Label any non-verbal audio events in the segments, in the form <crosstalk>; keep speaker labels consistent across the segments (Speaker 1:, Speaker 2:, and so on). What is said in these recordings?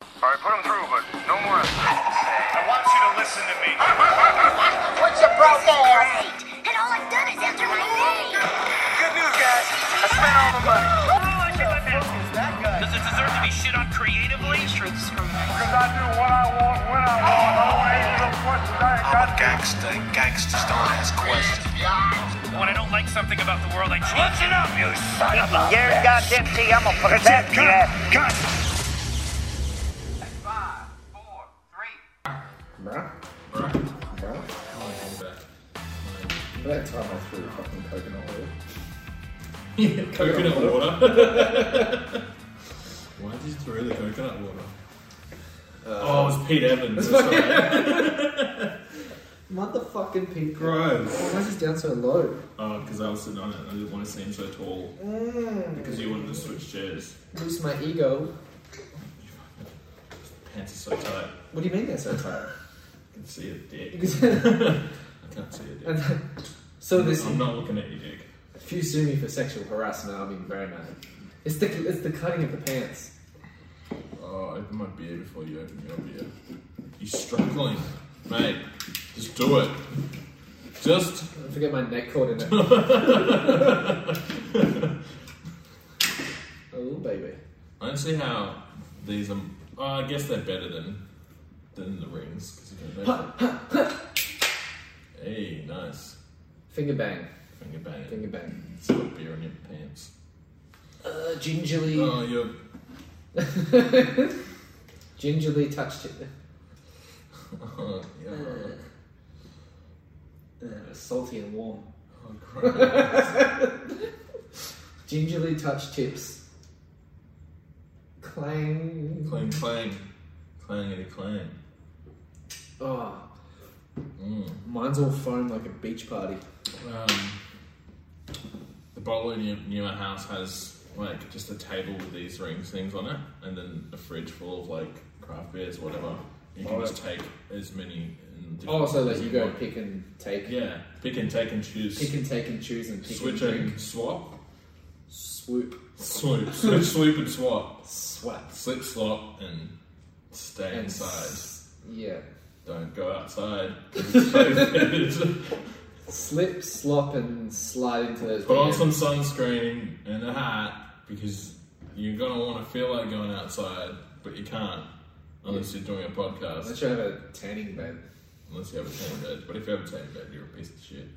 Speaker 1: All right, put him through, but no more.
Speaker 2: I want you to listen to me.
Speaker 3: What's your problem, Elsie?
Speaker 4: And all I've done is enter my name.
Speaker 1: Good news, guys. I spent all the money.
Speaker 5: Does it deserve to be shit on creatively? Truth's from
Speaker 2: Because I do what I want, when I want. I don't answer no questions. I ain't got
Speaker 6: I'm a gangster, and gangsters don't ask questions.
Speaker 5: When I don't like something about the world, I change it up, you son of a...
Speaker 7: You're a goddamn see, I'm gonna put it back to you.
Speaker 8: Bruh. Bruh. That time I threw fucking coconut oil.
Speaker 9: coconut <laughs> water. Why did you throw the coconut water? oh, it was Pete <laughs> Evans.
Speaker 8: Motherfucking Pete.
Speaker 9: Gross.
Speaker 8: Why is this down so low?
Speaker 9: Oh, because I was sitting on it. I didn't want to seem so tall.
Speaker 8: Mm.
Speaker 9: Because you wanted to switch chairs.
Speaker 8: Loose my ego.
Speaker 9: Pants are so tight.
Speaker 8: What do you mean they're so tight?
Speaker 9: I can see a dick.
Speaker 8: Because-
Speaker 9: I can't see a dick.
Speaker 8: and so this.
Speaker 9: I'm not looking at your dick.
Speaker 8: If you sue me for sexual harassment, I'll be very mad. It's the it's the cutting of the pants.
Speaker 9: Oh, open my beer before you open your beer. You're struggling. Mate, just do it. Just
Speaker 8: Don't forget my neck cord in it. oh baby.
Speaker 9: I don't see how these are. Oh, I guess they're better than than the rings 'cause you can measure. hey, nice
Speaker 8: Finger bang.
Speaker 9: finger bang.
Speaker 8: Finger bang.
Speaker 9: It's got beer in your pants.
Speaker 8: Uh, gingerly.
Speaker 9: Oh, you're.
Speaker 8: Gingerly touched it.
Speaker 9: Oh, yeah.
Speaker 8: Uh, salty and warm.
Speaker 9: Oh, crap.
Speaker 8: <laughs> Gingerly touch tips. Clang.
Speaker 9: clang, clang, clangity clang.
Speaker 8: Oh. Mm. Mine's all foam like a beach party.
Speaker 9: Um, the bottle near, near my house has like just a table with these rings things on it, and then a fridge full of like craft beers, whatever. You can just take as many. in different
Speaker 8: Oh, so that
Speaker 9: as
Speaker 8: you go
Speaker 9: want.
Speaker 8: pick and take.
Speaker 9: Yeah, pick and take and choose.
Speaker 8: Pick and take and choose and pick
Speaker 9: switch
Speaker 8: and drink.
Speaker 9: and swap.
Speaker 8: Swoop.
Speaker 9: Swoop, <laughs> switch, swoop and swap.
Speaker 8: Swap.
Speaker 9: Slip, slop, and stay
Speaker 8: And
Speaker 9: inside.
Speaker 8: s- Yeah.
Speaker 9: Don't go outside. <laughs> It's COVID.
Speaker 8: Slip, slop, and slide into those.
Speaker 9: Put on
Speaker 8: DMs.
Speaker 9: some sunscreen and a hat because you're gonna want to feel like going outside, but you can't unless you're doing a podcast.
Speaker 8: Unless you have a tanning bed.
Speaker 9: Unless you have a tan bed. But if you have a tan bed, you're a piece of shit.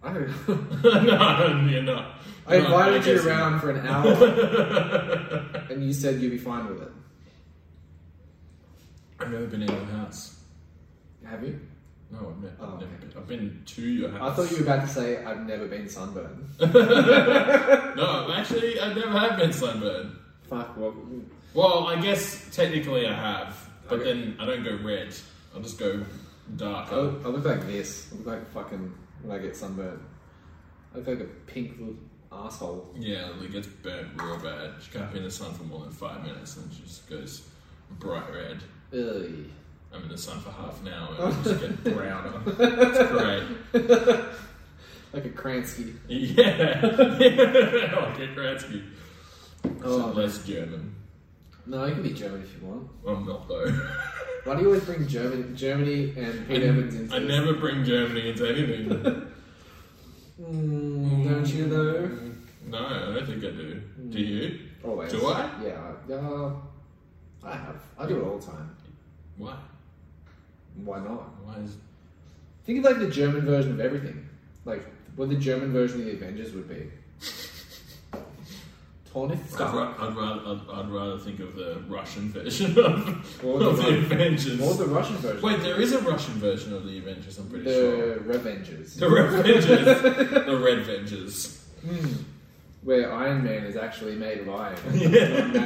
Speaker 9: <laughs>
Speaker 8: I don't <laughs> know.
Speaker 9: no, you're not.
Speaker 8: I
Speaker 9: No,
Speaker 8: invited you
Speaker 9: guess
Speaker 8: around for <laughs> an hour, and you said you'd be fine with it.
Speaker 9: I've never been in your house.
Speaker 8: Have you?
Speaker 9: No, I've, ne-
Speaker 8: Oh,
Speaker 9: I've never
Speaker 8: okay.
Speaker 9: been. I've been to your
Speaker 8: I
Speaker 9: house.
Speaker 8: thought you were about to say I've never been <laughs> sunburned.
Speaker 9: No, actually, I never have been sunburned.
Speaker 8: Fuck. Well,
Speaker 9: Well, I guess technically I have, but
Speaker 8: Okay. Oh,
Speaker 9: then I don't go red. I'll just go dark.
Speaker 8: I look, I look like this. I look like fucking when I get sunburned. I look like a pink little asshole.
Speaker 9: Yeah, it gets burnt real bad. She can't be in the sun for more than five minutes, and she just goes bright red.
Speaker 8: Ugh.
Speaker 9: I'm in the sun for half an hour, and I just get browner. It's great.
Speaker 8: Like a Kransky.
Speaker 9: Yeah, <laughs> like a Kratzky.
Speaker 8: Oh,
Speaker 9: Except less German.
Speaker 8: No, you can be German if you want.
Speaker 9: I'm not though.
Speaker 8: Why do you always bring German, Germany and Pete Evans
Speaker 9: <laughs>
Speaker 8: into
Speaker 9: I
Speaker 8: this?
Speaker 9: never bring Germany into anything.
Speaker 8: Mm, don't you though?
Speaker 9: No, I don't think I do. Do you?
Speaker 8: Always.
Speaker 9: Do I?
Speaker 8: Yeah. Uh, I have. I do it all the time.
Speaker 9: Why?
Speaker 8: Why not?
Speaker 9: Why is?
Speaker 8: Think of like the German version of everything. Like what the German version of the Avengers would be. Tornith
Speaker 9: I'd, ra-
Speaker 8: Stark.
Speaker 9: I'd rather I'd, I'd rather think of the Russian version of,
Speaker 8: Or the
Speaker 9: of the
Speaker 8: Ru-
Speaker 9: Avengers.
Speaker 8: Or the Russian version.
Speaker 9: Wait, there is a Russian version of the Avengers. I'm pretty sure.
Speaker 8: the Revengers.
Speaker 9: The
Speaker 8: <laughs>
Speaker 9: Red Vengers. the Red Vengers.
Speaker 8: Where Iron Man is actually made
Speaker 9: <laughs>
Speaker 8: of iron. not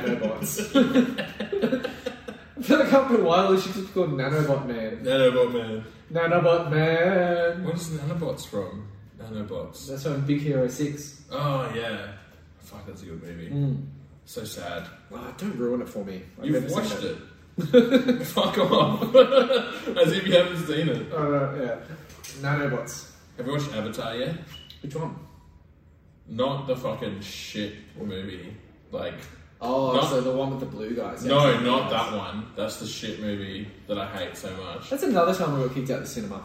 Speaker 8: nanobots. <laughs> I feel like after a while it should just be called Nanobot Man.
Speaker 9: Nanobot man.
Speaker 8: Nanobot Man!
Speaker 9: Where's nanobots from? Nanobots.
Speaker 8: That's from Big Hero 6.
Speaker 9: Oh yeah. Fuck, that's a good movie. So sad.
Speaker 8: Oh, don't ruin it for me. Hmm. I've never
Speaker 9: You've
Speaker 8: seen
Speaker 9: watched it. <laughs> Fuck off. As if you haven't seen it.
Speaker 8: Oh, no, yeah. Nanobots.
Speaker 9: Have you watched Avatar yet?
Speaker 8: Which one?
Speaker 9: Not the fucking shit movie. Like
Speaker 8: Oh,
Speaker 9: Not-
Speaker 8: so the one with the blue guys. Yeah,
Speaker 9: No,
Speaker 8: it's
Speaker 9: not
Speaker 8: guys.
Speaker 9: that one. That's the shit movie that I hate so much.
Speaker 8: That's another time we got kicked out of the cinema.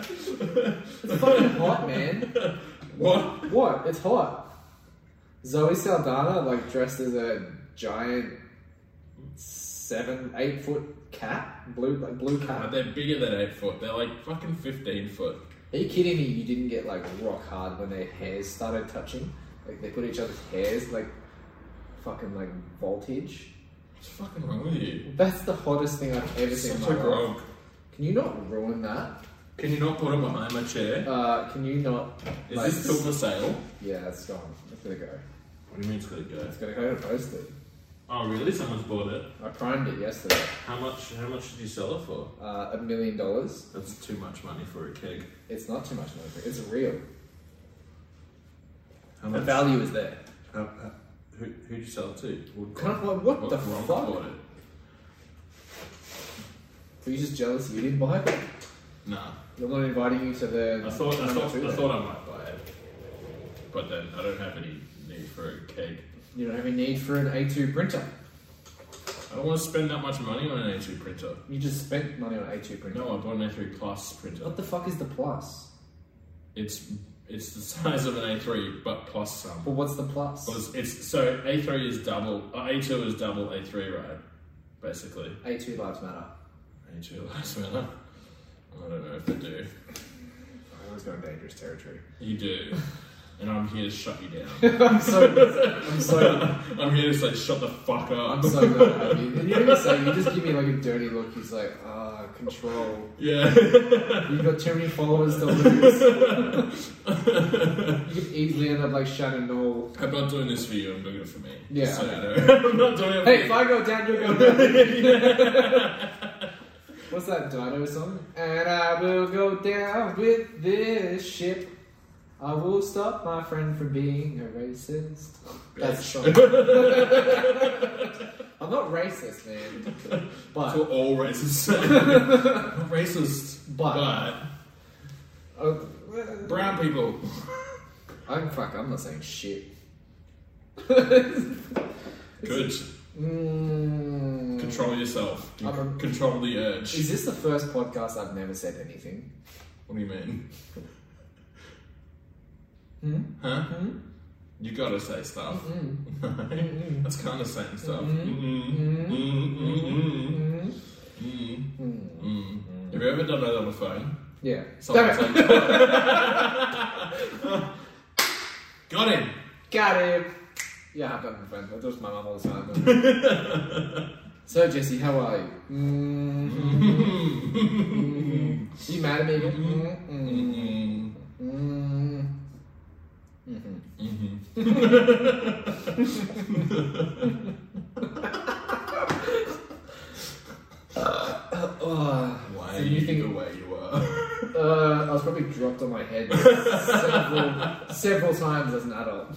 Speaker 8: it's
Speaker 9: <laughs>
Speaker 8: fucking hot, man.
Speaker 9: What?
Speaker 8: What? It's hot. Zoe Saldana, like dressed as a giant seven, eight foot cat, blue, like blue
Speaker 9: But
Speaker 8: cat.
Speaker 9: they're bigger than eight foot. They're like fucking fifteen foot.
Speaker 8: Are you kidding me? You didn't get like rock hard when their hairs started touching. Like they put each other's hairs like fucking like voltage.
Speaker 9: What's fucking wrong with you?
Speaker 8: That's the hottest thing I've ever seen. in
Speaker 9: Such
Speaker 8: my
Speaker 9: a
Speaker 8: life.
Speaker 9: grog.
Speaker 8: Can you not ruin that?
Speaker 9: Can you not put it behind my chair?
Speaker 8: Uh, can you not?
Speaker 9: Is
Speaker 8: Uh, like,
Speaker 9: this still for sale?
Speaker 8: Yeah, it's gone. It's gonna go.
Speaker 9: What do you mean it's gonna go?
Speaker 8: It's gonna go to post it.
Speaker 9: Oh really? Someone's bought it.
Speaker 8: I primed it yesterday.
Speaker 9: How much? How much did you sell it for?
Speaker 8: Uh, a million dollars.
Speaker 9: That's too much money for a keg.
Speaker 8: It's not too much money. It's real.
Speaker 9: How
Speaker 8: The
Speaker 9: much?
Speaker 8: value is there.
Speaker 9: How, how, who who'd you sell it to?
Speaker 8: Kind of like, what, the
Speaker 9: wrong
Speaker 8: fuck?
Speaker 9: bought it?
Speaker 8: Were you just jealous you didn't buy it?
Speaker 9: Nah.
Speaker 8: I'm not inviting you to the.
Speaker 9: I thought I thought,
Speaker 8: to
Speaker 9: I
Speaker 8: the-
Speaker 9: thought I might buy it, but then I don't have any need for a keg.
Speaker 8: You don't have any need for an A2 printer.
Speaker 9: I don't want to spend that much money on an A2 printer.
Speaker 8: You just spent money on an A2 printer.
Speaker 9: No, I bought an A3 plus printer.
Speaker 8: What the fuck is the plus?
Speaker 9: It's it's the <laughs> size of an A3 but plus some.
Speaker 8: Well, what's the plus?
Speaker 9: Well, It's, it's so A3 is double, uh, A2 is double A3, right? Basically,
Speaker 8: A2 lives matter.
Speaker 9: <laughs> A2 lies matter. I don't know if they do.
Speaker 8: I always going
Speaker 9: <laughs>
Speaker 8: dangerous territory.
Speaker 9: You do, and I'm here to shut you down. <laughs>
Speaker 8: I'm so. I'm so.
Speaker 9: I'm here to say shut the fuck up.
Speaker 8: I'm so glad I have you. You didn't even say. You just give me like a dirty look. He's like, ah, control.
Speaker 9: <laughs> yeah.
Speaker 8: You've got too many followers to lose. <laughs> you could easily end up like Shannon Knoll.
Speaker 9: I'm not doing this for you, I'm doing it for me.
Speaker 8: Yeah,
Speaker 9: So
Speaker 8: I
Speaker 9: you know. <laughs> I'm not doing it for
Speaker 8: Hey, if
Speaker 9: you.
Speaker 8: I go down, you'll <laughs> go down. What's that Dino song? And I will go down with this ship. I will stop my friend from being a racist. That's <laughs> the song. I'm not racist, man.
Speaker 9: That's what
Speaker 8: But
Speaker 9: all racists
Speaker 8: <laughs>
Speaker 9: say. I'm not racist.
Speaker 8: But- uh,
Speaker 9: but brown people.
Speaker 8: I'm fuck. I'm not saying shit.
Speaker 9: Good.
Speaker 8: Mm.
Speaker 9: Control yourself. You
Speaker 8: I'm a-
Speaker 9: Control the urge.
Speaker 8: Is this the first podcast I've never said anything?
Speaker 9: What do you mean?
Speaker 8: Hmm?
Speaker 9: Huh? You gotta say stuff. <laughs> That's kind of saying stuff. Mm-mm. Mm-mm. Mm. Have you ever done that on the phone?
Speaker 8: Yeah. Damn
Speaker 9: Someone's
Speaker 8: it.
Speaker 9: like, Got him!
Speaker 8: Got him. Yeah, I've done friend. That does my mum all the time. <laughs> so Jesse, how are you? Mm-hmm. you mad at me? Mm-hmm.
Speaker 9: Mm.
Speaker 8: Mm-hmm.
Speaker 9: Why
Speaker 8: So
Speaker 9: are
Speaker 8: you
Speaker 9: you
Speaker 8: think-
Speaker 9: the way you are?
Speaker 8: Uh, I was probably dropped on my head <laughs> several, several times as an adult.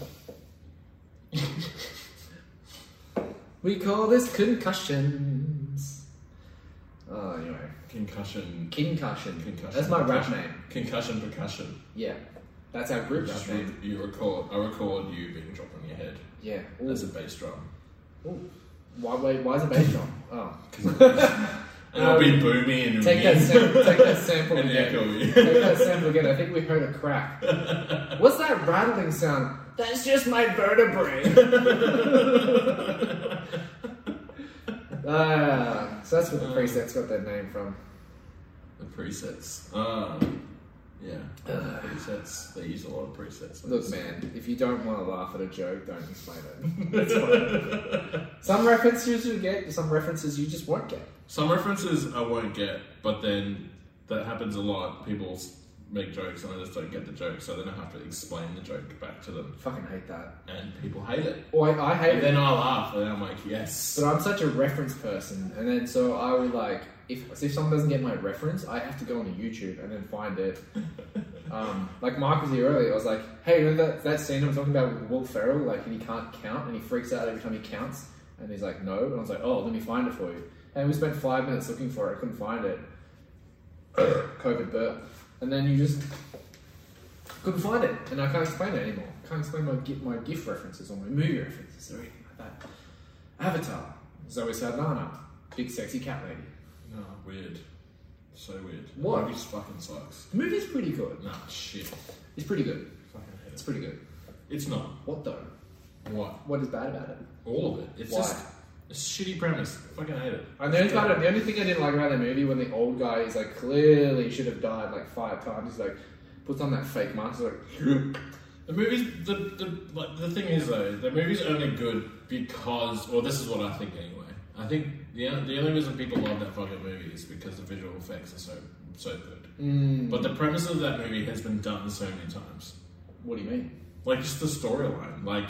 Speaker 8: we call this concussions. Oh, anyway.
Speaker 9: Concussion.
Speaker 8: Concussion.
Speaker 9: Concussion.
Speaker 8: That's my rap
Speaker 9: Concussion.
Speaker 8: name.
Speaker 9: Concussion percussion.
Speaker 8: Yeah. That's our group
Speaker 9: Just
Speaker 8: rap
Speaker 9: re-
Speaker 8: name.
Speaker 9: you record. I record you being dropped on your head
Speaker 8: Yeah.
Speaker 9: as a
Speaker 8: Ooh.
Speaker 9: bass
Speaker 8: <laughs>
Speaker 9: drum.
Speaker 8: Ooh. Why, wait, why is it based on? Oh.
Speaker 9: And I'll be booming and
Speaker 8: Um, Take that, sam- take
Speaker 9: <laughs>
Speaker 8: that sample
Speaker 9: and
Speaker 8: again.
Speaker 9: echo you.
Speaker 8: Take that sample again. I think we heard a
Speaker 9: <laughs>
Speaker 8: crack. What's that rattling sound? That's just my vertebrae. <laughs> ah, so that's where the
Speaker 9: Uh.
Speaker 8: presets got their name from.
Speaker 9: the presets. Ah, yeah. presets. They use a lot of presets.
Speaker 8: Look, man, if you don't want to laugh at a joke, don't explain it. It's
Speaker 9: <laughs>
Speaker 8: fine. some references you get, some references you just won't get.
Speaker 9: Some references I won't get, but then that happens a lot. People s- make jokes and I just don't get the joke, so then I have to explain the joke back to them,
Speaker 8: Fucking hate that.
Speaker 9: and people hate it.
Speaker 8: Or I, I hate
Speaker 9: And
Speaker 8: it.
Speaker 9: then I laugh, and then I'm like, yes.
Speaker 8: But I'm such a reference person, and then so I would like if if someone doesn't get my reference, I have to go onto YouTube and then find it. Um, like Mark was here earlier, I was like, "Hey, remember that, that scene I'm talking about with Will Ferrell? Like, and he can't count, and he freaks out every time he counts, and he's like, no." And I was like, "Oh, let me find it for you." And we spent five minutes looking for it. I couldn't find it. <coughs> COVID burp, and then you just couldn't find it, and I can't explain it anymore. can't explain my gi- my GIF references or my movie references or anything like that. Avatar, Zoe Saldana, big sexy cat lady.
Speaker 9: No, weird. So weird.
Speaker 8: What?
Speaker 9: Movie fucking sucks.
Speaker 8: The movie's pretty good.
Speaker 9: Nah, shit.
Speaker 8: It's pretty good.
Speaker 9: Fucking hate
Speaker 8: It's
Speaker 9: it.
Speaker 8: pretty good.
Speaker 9: It's not.
Speaker 8: What though?
Speaker 9: What?
Speaker 8: What is bad about it?
Speaker 9: All of it. It's
Speaker 8: Why?
Speaker 9: just a shitty premise. Fucking hate it.
Speaker 8: And the only, part the only thing I didn't like about that movie when the old guy is like clearly should have died like five times. He's like puts on that fake mask. He's like <laughs>
Speaker 9: The movie's the, the like the thing is though, the movie's only good because well this is what I think anyway. I think the on- the only reason people love that fucking movie is because the visual effects are so so good. But the premise of that movie has been done so many times.
Speaker 8: what do you mean?
Speaker 9: Like just the storyline. Like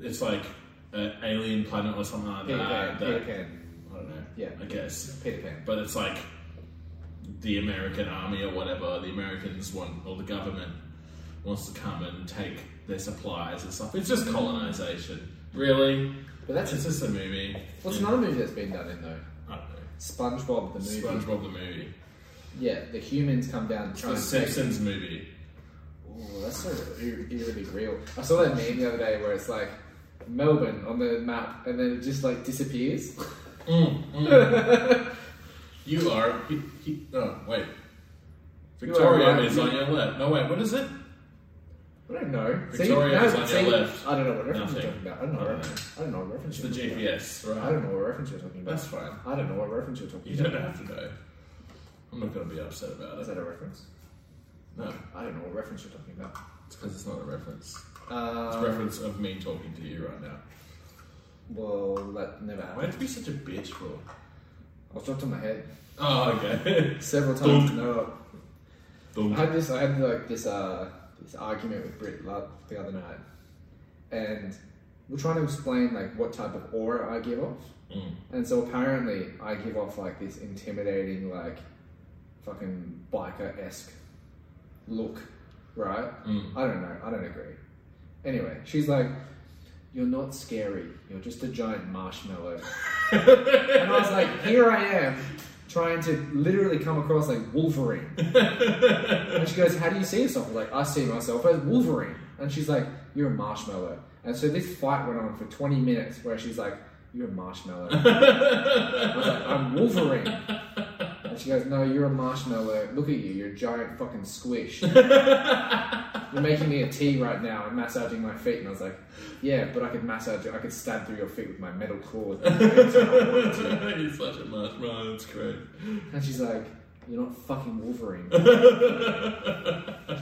Speaker 9: it's like an alien planet or something like
Speaker 8: Peter
Speaker 9: that.
Speaker 8: Pan.
Speaker 9: that-
Speaker 8: Peter Pan.
Speaker 9: I don't know.
Speaker 8: Yeah.
Speaker 9: I guess.
Speaker 8: Peter Pan.
Speaker 9: But it's like the American army or whatever, the Americans want, or the government wants to come and take their supplies and stuff. It's just colonization, really.
Speaker 8: But that's
Speaker 9: It's just a movie.
Speaker 8: what's
Speaker 9: Yeah.
Speaker 8: another movie that's been done in though?
Speaker 9: I don't know.
Speaker 8: SpongeBob the movie.
Speaker 9: SpongeBob the movie.
Speaker 8: Yeah, the humans come down and try
Speaker 9: The
Speaker 8: and take-
Speaker 9: Simpsons movie.
Speaker 8: Ooh, that's so ir- eerily real. I saw that meme the other day where it's like Melbourne on the map and then it just like disappears.
Speaker 9: You are. He, he, oh, wait. Victoria
Speaker 8: right.
Speaker 9: is on your left. No, wait, what is it?
Speaker 8: I don't know.
Speaker 9: Victoria is on your
Speaker 8: see,
Speaker 9: left.
Speaker 8: I don't know what reference
Speaker 9: Nothing.
Speaker 8: you're talking about. I don't know.
Speaker 9: I
Speaker 8: what
Speaker 9: don't
Speaker 8: reference- I don't know what reference
Speaker 9: It's the
Speaker 8: you're talking about.
Speaker 9: GPS, right?
Speaker 8: I don't know what reference you're talking about.
Speaker 9: That's fine.
Speaker 8: I don't know what reference you're
Speaker 9: <laughs>
Speaker 8: talking
Speaker 9: You
Speaker 8: about.
Speaker 9: don't have to know. I'm not going to be upset about
Speaker 8: Is
Speaker 9: it.
Speaker 8: that a reference?
Speaker 9: No,
Speaker 8: I don't know what reference you're talking about.
Speaker 9: it's because it's not a reference. It's a
Speaker 8: Uh,
Speaker 9: reference of me talking to you right now.
Speaker 8: well, that never
Speaker 9: Why
Speaker 8: happened.
Speaker 9: did you be such a bitch for?
Speaker 8: I was dropped on my head
Speaker 9: <laughs> Oh, okay. Mm.
Speaker 8: several times.
Speaker 9: Dunk.
Speaker 8: No,
Speaker 9: Boom.
Speaker 8: I had this. I had like this. Uh, this argument with Brit Love the other night, and we're trying to explain like what type of aura I give off. And so apparently, I give off like this intimidating, like fucking biker esque look, right? I don't know. I don't agree. Anyway, she's like, "You're not scary. You're just a giant marshmallow." and I was like, "Here I am." Trying to literally come across like Wolverine, and she goes, How do you see yourself? I'm like, I see myself as Wolverine. And she's like, You're a marshmallow. And so this fight went on for 20 minutes where she's like, You're a marshmallow. I was like,
Speaker 9: <laughs>
Speaker 8: I'm Wolverine. And she goes, No, you're a marshmallow. Look at you. You're a giant
Speaker 9: <laughs>
Speaker 8: fucking squish. you're making me a tea right now and massaging my feet. And I was like, Yeah, but I could massage you. I could stab through your feet with my metal
Speaker 9: <laughs>
Speaker 8: claws.
Speaker 9: He's such a marshmallow. It's great.
Speaker 8: and she's like, You're not fucking Wolverine.
Speaker 9: <laughs>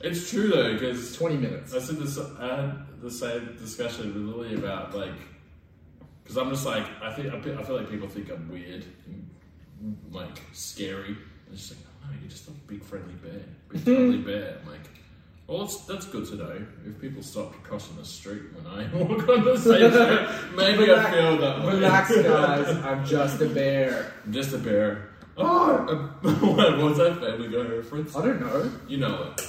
Speaker 9: It's true though, because
Speaker 8: 20 minutes.
Speaker 9: I said this. I had the same discussion with Lily about like, because I'm just like, I think I feel- I feel like people think I'm weird, and, like scary. And she's like, "Oh, no, you're just a big friendly bear,
Speaker 8: <laughs>
Speaker 9: big friendly bear. I'm like. Well, that's, that's good to know. If people stopped crossing the street when I <laughs> walk on the
Speaker 8: <laughs>
Speaker 9: same street, maybe I
Speaker 8: Relax-
Speaker 9: feel that way. <laughs>
Speaker 8: Relax, guys. I'm just a bear.
Speaker 9: Just a bear. Oh, <laughs> what was that Family Guy reference?
Speaker 8: I don't know.
Speaker 9: You know it.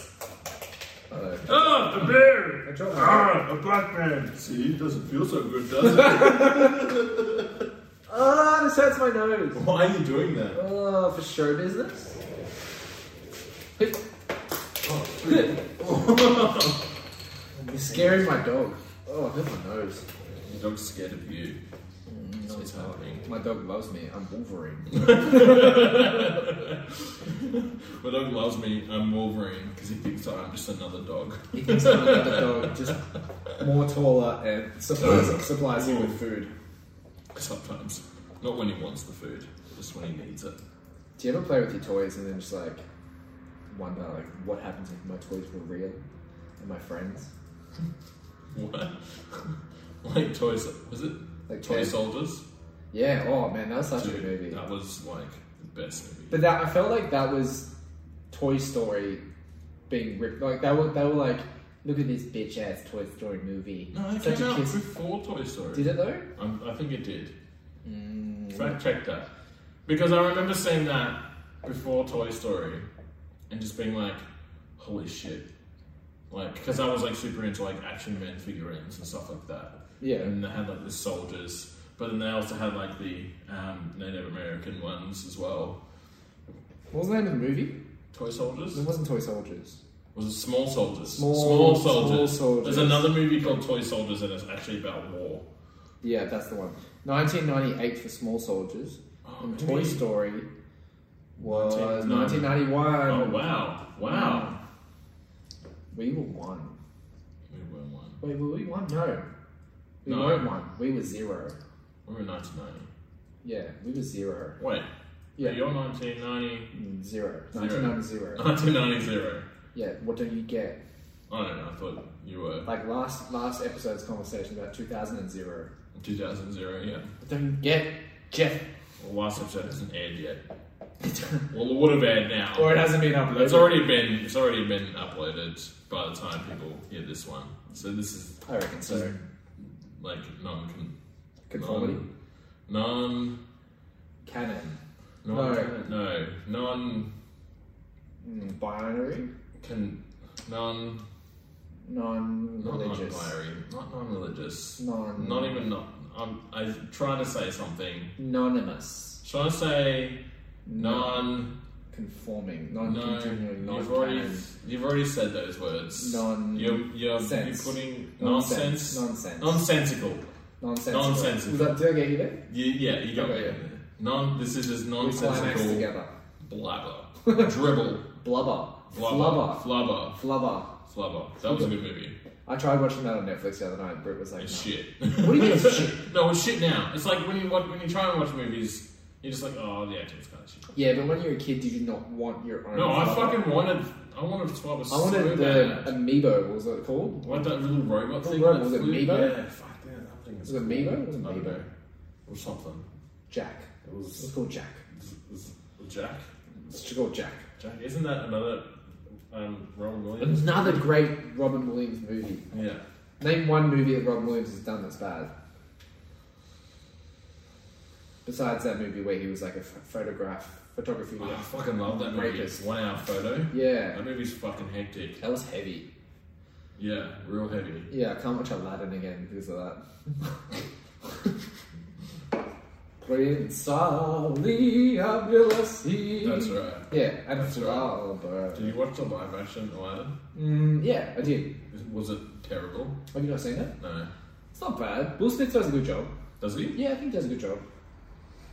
Speaker 8: Uh,
Speaker 9: Oh, the bear!
Speaker 8: I dropped my-
Speaker 9: Ah, a black man. See, it doesn't feel so good, does it?
Speaker 8: Ah, this hurts my nose.
Speaker 9: Why are you doing that?
Speaker 8: Oh, for show business. You're scaring my dog. Oh, I hurt my nose.
Speaker 9: Your dog's scared of you. That's what's happening.
Speaker 8: My dog loves me. I'm Wolverine.
Speaker 9: My dog loves me. I'm Wolverine because he thinks that I'm just another dog. <laughs>
Speaker 8: He thinks I'm another dog, just more taller and supplies, supplies him with food.
Speaker 9: Sometimes. Not when he wants the food, just when he needs it.
Speaker 8: Do you ever play with your toys and then just like wonder like what happens if my toys were real and my friends?
Speaker 9: What? <laughs> like Toy Sol- Was it?
Speaker 8: Like
Speaker 9: Toy
Speaker 8: Ted.
Speaker 9: Soldiers?
Speaker 8: Yeah. Oh man, that was such a good
Speaker 9: Dude,
Speaker 8: movie.
Speaker 9: that was like the best movie.
Speaker 8: But that I felt like that was Toy Story being ripped. Like they were, they were like, look at this bitch ass Toy Story movie.
Speaker 9: No, it
Speaker 8: Such
Speaker 9: came
Speaker 8: a
Speaker 9: out
Speaker 8: kiss.
Speaker 9: before Toy Story.
Speaker 8: Did it though?
Speaker 9: Um, I think it did.
Speaker 8: Mm.
Speaker 9: Fact check that. Because I remember seeing that before Toy Story and just being like, holy shit. Like, because I was like super into like action man figurines and stuff like that.
Speaker 8: Yeah.
Speaker 9: And they had like the soldiers, but then they also had like the um, Native American ones as well.
Speaker 8: What was the name of the movie?
Speaker 9: Toy soldiers?
Speaker 8: It wasn't Toy Soldiers.
Speaker 9: Was it Small Soldiers?
Speaker 8: Mm-hmm. Small- Small
Speaker 9: Soldiers.
Speaker 8: Soldiers.
Speaker 9: There's another movie called Toy Soldiers, and it's actually about war.
Speaker 8: Yeah, that's the one. 1998 for Small Soldiers. and Toy
Speaker 9: Oh, really?
Speaker 8: Story was
Speaker 9: 1990.
Speaker 8: 1991.
Speaker 9: Oh wow, wow.
Speaker 8: We were one.
Speaker 9: We were one.
Speaker 8: Wait, were we one? No. We
Speaker 9: No.
Speaker 8: weren't one. We were zero.
Speaker 9: We were 1990.
Speaker 8: Yeah, we were zero.
Speaker 9: Wait.
Speaker 8: Yeah.
Speaker 9: Yeah. You're <laughs> 1990.
Speaker 8: Zero. 1990. zero.
Speaker 9: 1990 zero.
Speaker 8: Yeah, what do you get?
Speaker 9: I don't know. I thought you were
Speaker 8: Like last last episode's conversation about 2000 and zero.
Speaker 9: 2000 zero. Yeah.
Speaker 8: What do you get, Jeff? <laughs>
Speaker 9: Well, last episode hasn't aired yet. Well, it would have aired now.
Speaker 8: or it hasn't been uploaded.
Speaker 9: It's already been it's already been uploaded by the time people hear this one. So this is
Speaker 8: I reckon so.
Speaker 9: Mm. like non
Speaker 8: Conformity?
Speaker 9: non
Speaker 8: Canon.
Speaker 9: non
Speaker 8: No.
Speaker 9: no non
Speaker 8: Mm, binary?
Speaker 9: can non
Speaker 8: Non
Speaker 9: not
Speaker 8: religious.
Speaker 9: non-binary, not non-religious,
Speaker 8: Non-
Speaker 9: not even not. I'm I'm trying to say something.
Speaker 8: Anonymous.
Speaker 9: Trying to say non.
Speaker 8: Conforming.
Speaker 9: No,
Speaker 8: Non continuing. Non
Speaker 9: you've already you've already said those words.
Speaker 8: Non-
Speaker 9: You're you're, you're
Speaker 8: sense.
Speaker 9: putting
Speaker 8: Nonsense.
Speaker 9: nonsense.
Speaker 8: Nonsense.
Speaker 9: Nonsensical.
Speaker 8: Nonsensical.
Speaker 9: Nonsensical.
Speaker 8: Was that, did I get you there?
Speaker 9: You, yeah, you got me.
Speaker 8: Okay, yeah.
Speaker 9: Non. This is just
Speaker 8: We climaxed
Speaker 9: nonsensical
Speaker 8: together. <laughs>
Speaker 9: blabber, dribble,
Speaker 8: Blubber.
Speaker 9: blubber,
Speaker 8: Flubber.
Speaker 9: flubber,
Speaker 8: Flubber.
Speaker 9: flubber. That was a good movie.
Speaker 8: I tried watching that on Netflix the other night. Britt was like,
Speaker 9: It's
Speaker 8: "No."
Speaker 9: shit.
Speaker 8: What do you mean it's
Speaker 9: <laughs>
Speaker 8: shit?
Speaker 9: no, it's shit now. It's like when you watch, when you try and watch movies, you're just like, oh, the acting's kind of shit.
Speaker 8: Yeah, but when you were a kid, did you not want your own?
Speaker 9: No, I
Speaker 8: flubber?
Speaker 9: fucking wanted. I wanted Flubber.
Speaker 8: I wanted
Speaker 9: so
Speaker 8: the
Speaker 9: bad.
Speaker 8: amiibo. What was it called?
Speaker 9: What that little robot
Speaker 8: Little
Speaker 9: thing?
Speaker 8: robot,
Speaker 9: that
Speaker 8: was it
Speaker 9: flew?
Speaker 8: Meebo?
Speaker 9: Yeah, fuck yeah, that thing is
Speaker 8: Was it
Speaker 9: cool.
Speaker 8: amiibo? It was
Speaker 9: I don't
Speaker 8: amiibo.
Speaker 9: know. Or something.
Speaker 8: Jack.
Speaker 9: It was-
Speaker 8: It was called Jack.
Speaker 9: Z- z- Jack.
Speaker 8: It's called Jack.
Speaker 9: Jack. Isn't that another um, Robin
Speaker 8: It was
Speaker 9: Williams?
Speaker 8: another great Robin Williams movie.
Speaker 9: Yeah.
Speaker 8: Name one movie that Robin Williams has done that's bad. Besides that movie where he was like a ph- photograph, photography.
Speaker 9: Oh, I fucking love that movie.
Speaker 8: Rapist.
Speaker 9: One hour photo.
Speaker 8: Yeah.
Speaker 9: That movie's fucking hectic.
Speaker 8: That was heavy.
Speaker 9: Yeah, real heavy.
Speaker 8: <laughs> Yeah, I can't watch Aladdin again because of that. <laughs> Prince Ali Abdulaziz.
Speaker 9: That's right.
Speaker 8: Yeah, and
Speaker 9: That's right.
Speaker 8: Flower, bro.
Speaker 9: Did you watch the live action Aladdin?
Speaker 8: Mm, yeah, I did.
Speaker 9: Was it terrible?
Speaker 8: Have you not seen it?
Speaker 9: No.
Speaker 8: It's not bad. Will Smith does a good job.
Speaker 9: Does he?
Speaker 8: Yeah, I think he does a good job.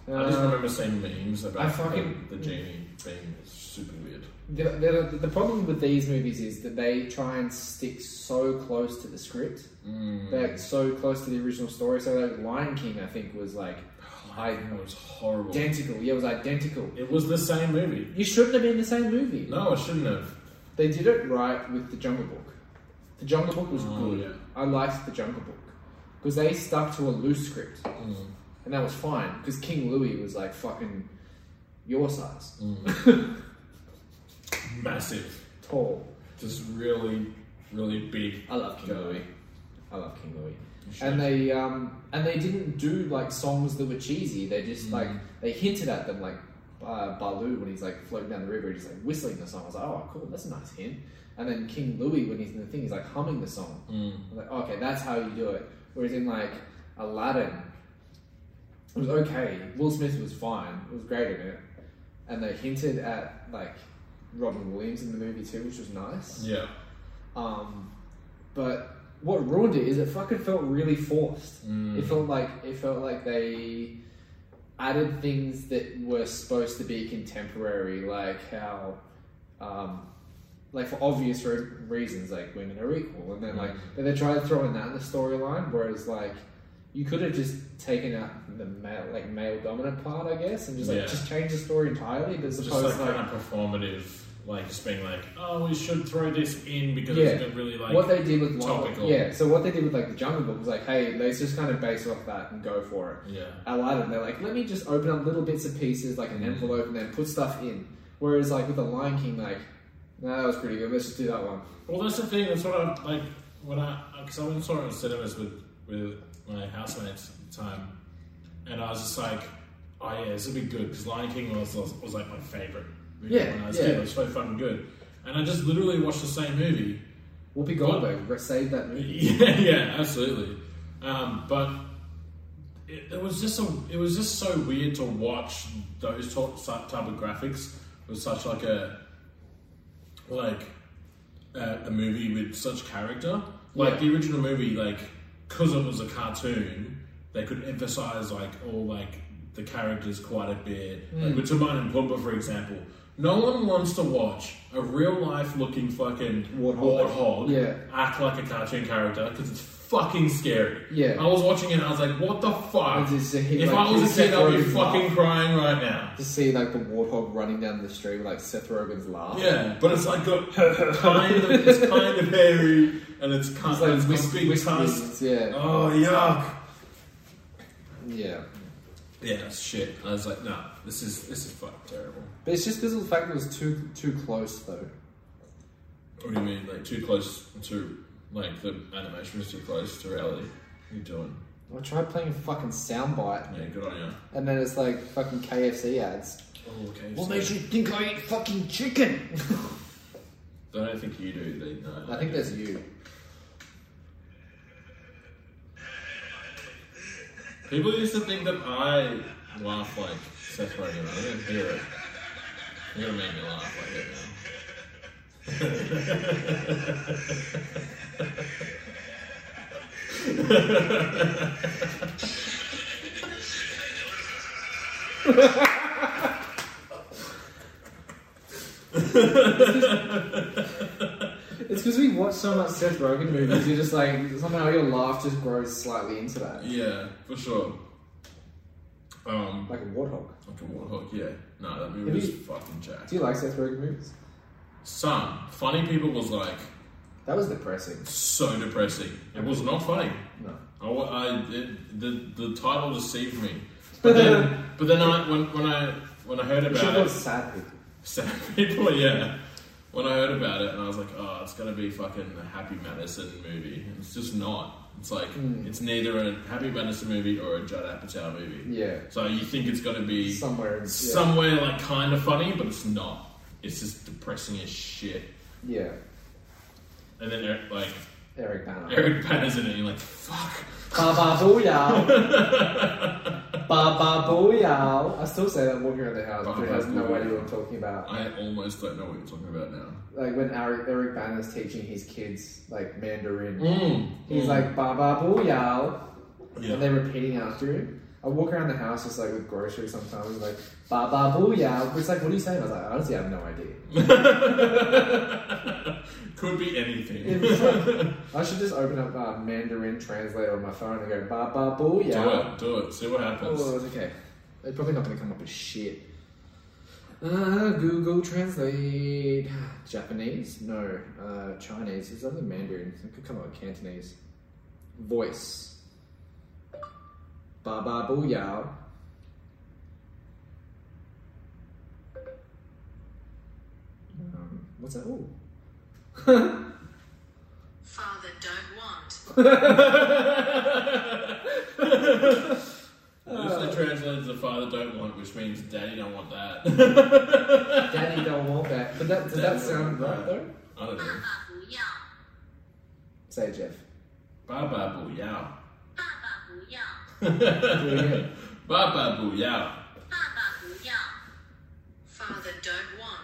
Speaker 9: I just
Speaker 8: Uh,
Speaker 9: remember seeing memes about
Speaker 8: I fucking-
Speaker 9: the, the genie being super weird.
Speaker 8: The, the, the problem with these movies is that they try and stick so close to the script.
Speaker 9: Mm.
Speaker 8: They're so close to the original story. So, like, Lion King, I think, was like
Speaker 9: I it was horrible.
Speaker 8: identical. Yeah, it was identical.
Speaker 9: It was the same movie.
Speaker 8: You shouldn't have been the same movie.
Speaker 9: No, I shouldn't have.
Speaker 8: They did it right with The Jungle Book. The Jungle Book was
Speaker 9: Oh,
Speaker 8: good.
Speaker 9: yeah.
Speaker 8: I liked The Jungle Book. Because they stuck to a loose script.
Speaker 9: Mm.
Speaker 8: And that was fine. Because King Louis was like fucking your size.
Speaker 9: Mm. Massive.
Speaker 8: Tall.
Speaker 9: Just really, really big.
Speaker 8: I love King
Speaker 9: guy.
Speaker 8: Louis. I love King Louis.
Speaker 9: Sure.
Speaker 8: And they um and they didn't do like songs that were cheesy. They just like they hinted at them like uh, Baloo when he's like floating down the river, he's like whistling the song. I was like, oh cool, that's a nice hint. And then King Louis when he's in the thing, he's like humming the song. I was like, "Oh, okay, that's how you do it. Whereas in like Aladdin, it was okay. Will Smith was fine. It was great in it. And they hinted at like Robin Williams in the movie too, which was nice.
Speaker 9: Yeah.
Speaker 8: Um, but what ruined it is it fucking felt really forced.
Speaker 9: Mm.
Speaker 8: It felt like it felt like they added things that were supposed to be contemporary, like how, um, like for obvious re- reasons, like women are equal, and then like
Speaker 9: Mm.
Speaker 8: but they tried throwing that in the storyline, whereas like. You could have just taken out the male, like male dominant part, I guess, and just like
Speaker 9: Yeah.
Speaker 8: just change the story entirely. But
Speaker 9: Just like
Speaker 8: suppose like
Speaker 9: kind of performative, like just being like, oh, we should throw this in because it's
Speaker 8: yeah,
Speaker 9: been really like
Speaker 8: what they did with Lion-
Speaker 9: topical.
Speaker 8: yeah. So what they did with like the Jungle Book was like, hey, let's just kind of base off that and go for it.
Speaker 9: Yeah.
Speaker 8: Aladdin, they're like, let me just open up little bits and pieces like an
Speaker 9: Mm-hmm.
Speaker 8: envelope and then put stuff in. Whereas like with the Lion King, like, no, that was pretty good. Let's just do that one.
Speaker 9: Well, that's the thing. That's what I like when I because I went and saw it in cinemas with with my housemates at the time, and I was just like, oh yeah, this will be good because Lion King was, was was like my favorite. movie
Speaker 8: Yeah,
Speaker 9: when I was
Speaker 8: yeah.
Speaker 9: a kid. it was so fucking good, and I just literally watched the same movie.
Speaker 8: Whoopi Goldberg re- saved that movie.
Speaker 9: Yeah, <laughs> yeah, absolutely. Um, but it, it was just a, it was just so weird to watch those to- su- type of graphics with such like a like uh, a movie with such character. Like
Speaker 8: Yeah.
Speaker 9: the original movie, like because it was a cartoon, they could emphasize like all like the characters quite a bit. Like
Speaker 8: Mm.
Speaker 9: with Timon and Pumbaa, for example. No one wants to watch a real life looking fucking
Speaker 8: Warthog.
Speaker 9: warthog,
Speaker 8: Yeah.
Speaker 9: act like a cartoon character because it's fucking scary.
Speaker 8: Yeah.
Speaker 9: I was watching it and I was like, what the fuck?
Speaker 8: It's just a hit,
Speaker 9: if
Speaker 8: like,
Speaker 9: I was a
Speaker 8: it's
Speaker 9: kid, I'd be
Speaker 8: Seth Rogen's
Speaker 9: fucking
Speaker 8: laugh.
Speaker 9: crying right now.
Speaker 8: To see like the warthog running down the street with like Seth Rogen's laugh.
Speaker 9: Yeah, but it's like got kind of it's kind of hairy and it's kind of
Speaker 8: It's like
Speaker 9: it's got
Speaker 8: whisk-
Speaker 9: big
Speaker 8: whiskerings,
Speaker 9: tusks.
Speaker 8: Yeah.
Speaker 9: Oh yuck!
Speaker 8: Yeah.
Speaker 9: Yeah, that's shit. I was like, nah, this is this is fucking terrible.
Speaker 8: But it's just because of the fact that it was too too close though.
Speaker 9: What do you mean, like too close to like the animation is too close to reality? What are you doing?
Speaker 8: I tried playing a fucking soundbite
Speaker 9: Yeah, good on you.
Speaker 8: and then it's like fucking KFC ads.
Speaker 9: Oh, okay.
Speaker 8: What
Speaker 9: so-
Speaker 8: makes you think I eat fucking chicken?
Speaker 9: I don't think you do. They, no,
Speaker 8: I think that's you.
Speaker 9: people used to think that I laugh like Seth Rogen. I don't hear it. You're gonna make me laugh like it now.
Speaker 8: It's because we watch so much Seth Rogen movies, you're just like, somehow your laugh just grows slightly into that.
Speaker 9: Yeah, for sure. Um,
Speaker 8: Like a warthog.
Speaker 9: like a warthog, yeah. No, that movie
Speaker 8: Have
Speaker 9: was
Speaker 8: you-
Speaker 9: fucking jacked.
Speaker 8: Do you like Seth Rogen movies?
Speaker 9: Some funny people was like
Speaker 8: That was depressing.
Speaker 9: so depressing. It was not funny.
Speaker 8: No.
Speaker 9: I, wa- I it, the the title deceived me. But then, but then I when when I when I heard
Speaker 8: You should
Speaker 9: about
Speaker 8: have
Speaker 9: it,
Speaker 8: got sad people.
Speaker 9: sad <laughs> people, yeah. When I heard about it, and I was like, oh, it's gonna be fucking a Happy Madison movie. And It's just not. It's like
Speaker 8: Hmm.
Speaker 9: it's neither a Happy Madison movie or a Judd Apatow movie.
Speaker 8: Yeah.
Speaker 9: So you think it's gonna be
Speaker 8: Somewhere in yeah.
Speaker 9: somewhere like kind of funny, but it's not. It's just depressing as shit.
Speaker 8: Yeah.
Speaker 9: And then Eric, like
Speaker 8: Eric Banner.
Speaker 9: Eric Banner's in it, and you're like, fuck.
Speaker 8: Baba <laughs> Booyah! Baba Booyah! I still say that walking around the house,
Speaker 9: Baba
Speaker 8: but has no
Speaker 9: Booyah.
Speaker 8: idea what I'm talking about.
Speaker 9: I almost don't know what you're talking about now.
Speaker 8: Like when Eric, Eric Banner's teaching his kids like Mandarin,
Speaker 9: Mm.
Speaker 8: he's like Baba Booyah!
Speaker 9: yeah.
Speaker 8: and they're repeating after him. I walk around the house just like with groceries sometimes, like ba ba booyah. It's like, what are you saying? I was like, I honestly have no idea.
Speaker 9: Could be anything.
Speaker 8: It was like- I should just open up uh, Mandarin translator on my phone and go ba ba
Speaker 9: <laughs> Do
Speaker 8: booyah.
Speaker 9: it, do it. See what happens.
Speaker 8: Oh, it's okay. They're probably not going to come up with shit. Uh, Google Translate. <sighs> Japanese? No. Uh, Chinese. There's only Mandarin. It could come up with Cantonese. Voice. Ba ba booyah. Um, what's that? Oh.
Speaker 10: Father don't want.
Speaker 9: Loosely translated to father don't want, which means daddy don't want that. <laughs>
Speaker 8: Daddy don't want that. But that, does that
Speaker 9: Daddy
Speaker 8: sound
Speaker 9: don't want
Speaker 8: right though?
Speaker 9: I don't know.
Speaker 10: 爸不要，
Speaker 8: Say it, Jeff.
Speaker 9: Baba booyah. <laughs>
Speaker 10: 爸爸不要，
Speaker 8: Do it again.
Speaker 9: Baba booyah.
Speaker 10: 爸爸不要。Father don't want.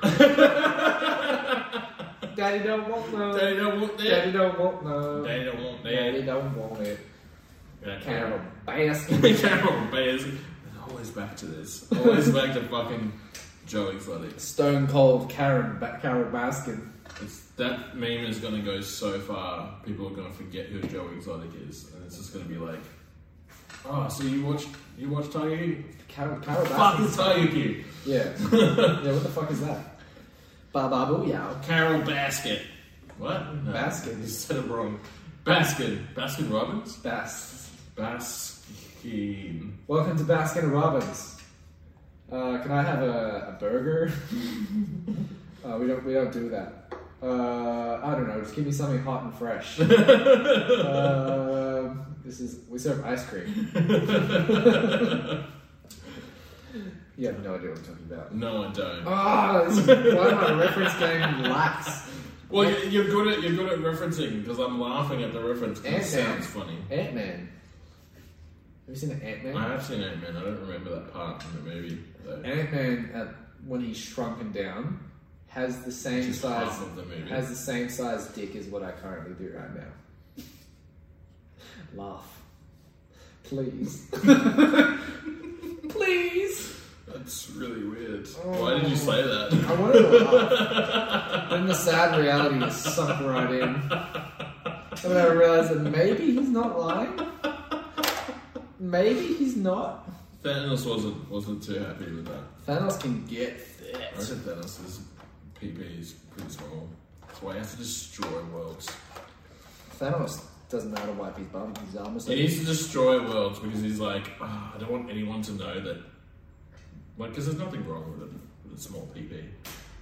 Speaker 8: Daddy don't want no.
Speaker 9: Daddy don't want that.
Speaker 8: Daddy don't want no.
Speaker 9: They don't want
Speaker 8: Daddy
Speaker 9: that.
Speaker 8: don't want it.
Speaker 9: Yeah,
Speaker 8: Kind of
Speaker 9: Carol.
Speaker 8: a basket.
Speaker 9: <laughs> Carol Bears. Always back to this. Always back to fucking Joe Exotic.
Speaker 8: Stone Cold Karen, ba- Carol Baskin.
Speaker 9: It's, that meme is going to go so far, people are going to forget who Joe Exotic is. And it's just going to be like, oh, so you watch you watch Tiger King?
Speaker 8: Carol, Carol
Speaker 9: Fuck,
Speaker 8: Baskin.
Speaker 9: it's Tiger King.
Speaker 8: Yeah. yeah, what the fuck is that? Ba ba boo yow.
Speaker 9: <laughs> Carol Basket. What? No,
Speaker 8: Baskin.
Speaker 9: You said it wrong. Baskin. Baskin Robbins?
Speaker 8: Bass.
Speaker 9: Baskin. <laughs>
Speaker 8: Welcome to Baskin Robbins. Uh, can I have a, a burger? <laughs> uh, we don't we don't do that. Uh, I don't know. Just give me something hot and fresh. uh, this is we serve ice cream. you have no idea what I'm talking about.
Speaker 9: No, I don't.
Speaker 8: Ah, this is why my reference game lacks.
Speaker 9: Well, you- you're good at you're good at referencing because I'm laughing at the reference. 'cause
Speaker 8: Ant-Man.
Speaker 9: it sounds funny.
Speaker 8: Ant Man. Have you seen Ant
Speaker 9: I
Speaker 8: Man?
Speaker 9: have seen Ant Man. I don't remember that part in the movie. Though.
Speaker 8: Ant Man, uh, when he's shrunken down, has the same
Speaker 9: Just
Speaker 8: size
Speaker 9: half of the movie.
Speaker 8: has the same size dick as what I currently do right now. Laugh, please, please.
Speaker 9: That's really weird. Why did you say that?
Speaker 8: I wanted to laugh. then the sad reality was sunk right in. And then I realized that maybe he's not lying. Maybe he's not.
Speaker 9: Thanos wasn't wasn't too happy with that.
Speaker 8: Thanos can get
Speaker 9: I
Speaker 8: thick.
Speaker 9: reckon Thanos' PP is pretty small. That's why he has to destroy worlds.
Speaker 8: Thanos doesn't know how to wipe his bum. His arm is
Speaker 9: He needs to destroy worlds because he's like, "Ah, I don't want anyone to know that. Like, because there's nothing wrong with it with a small PP.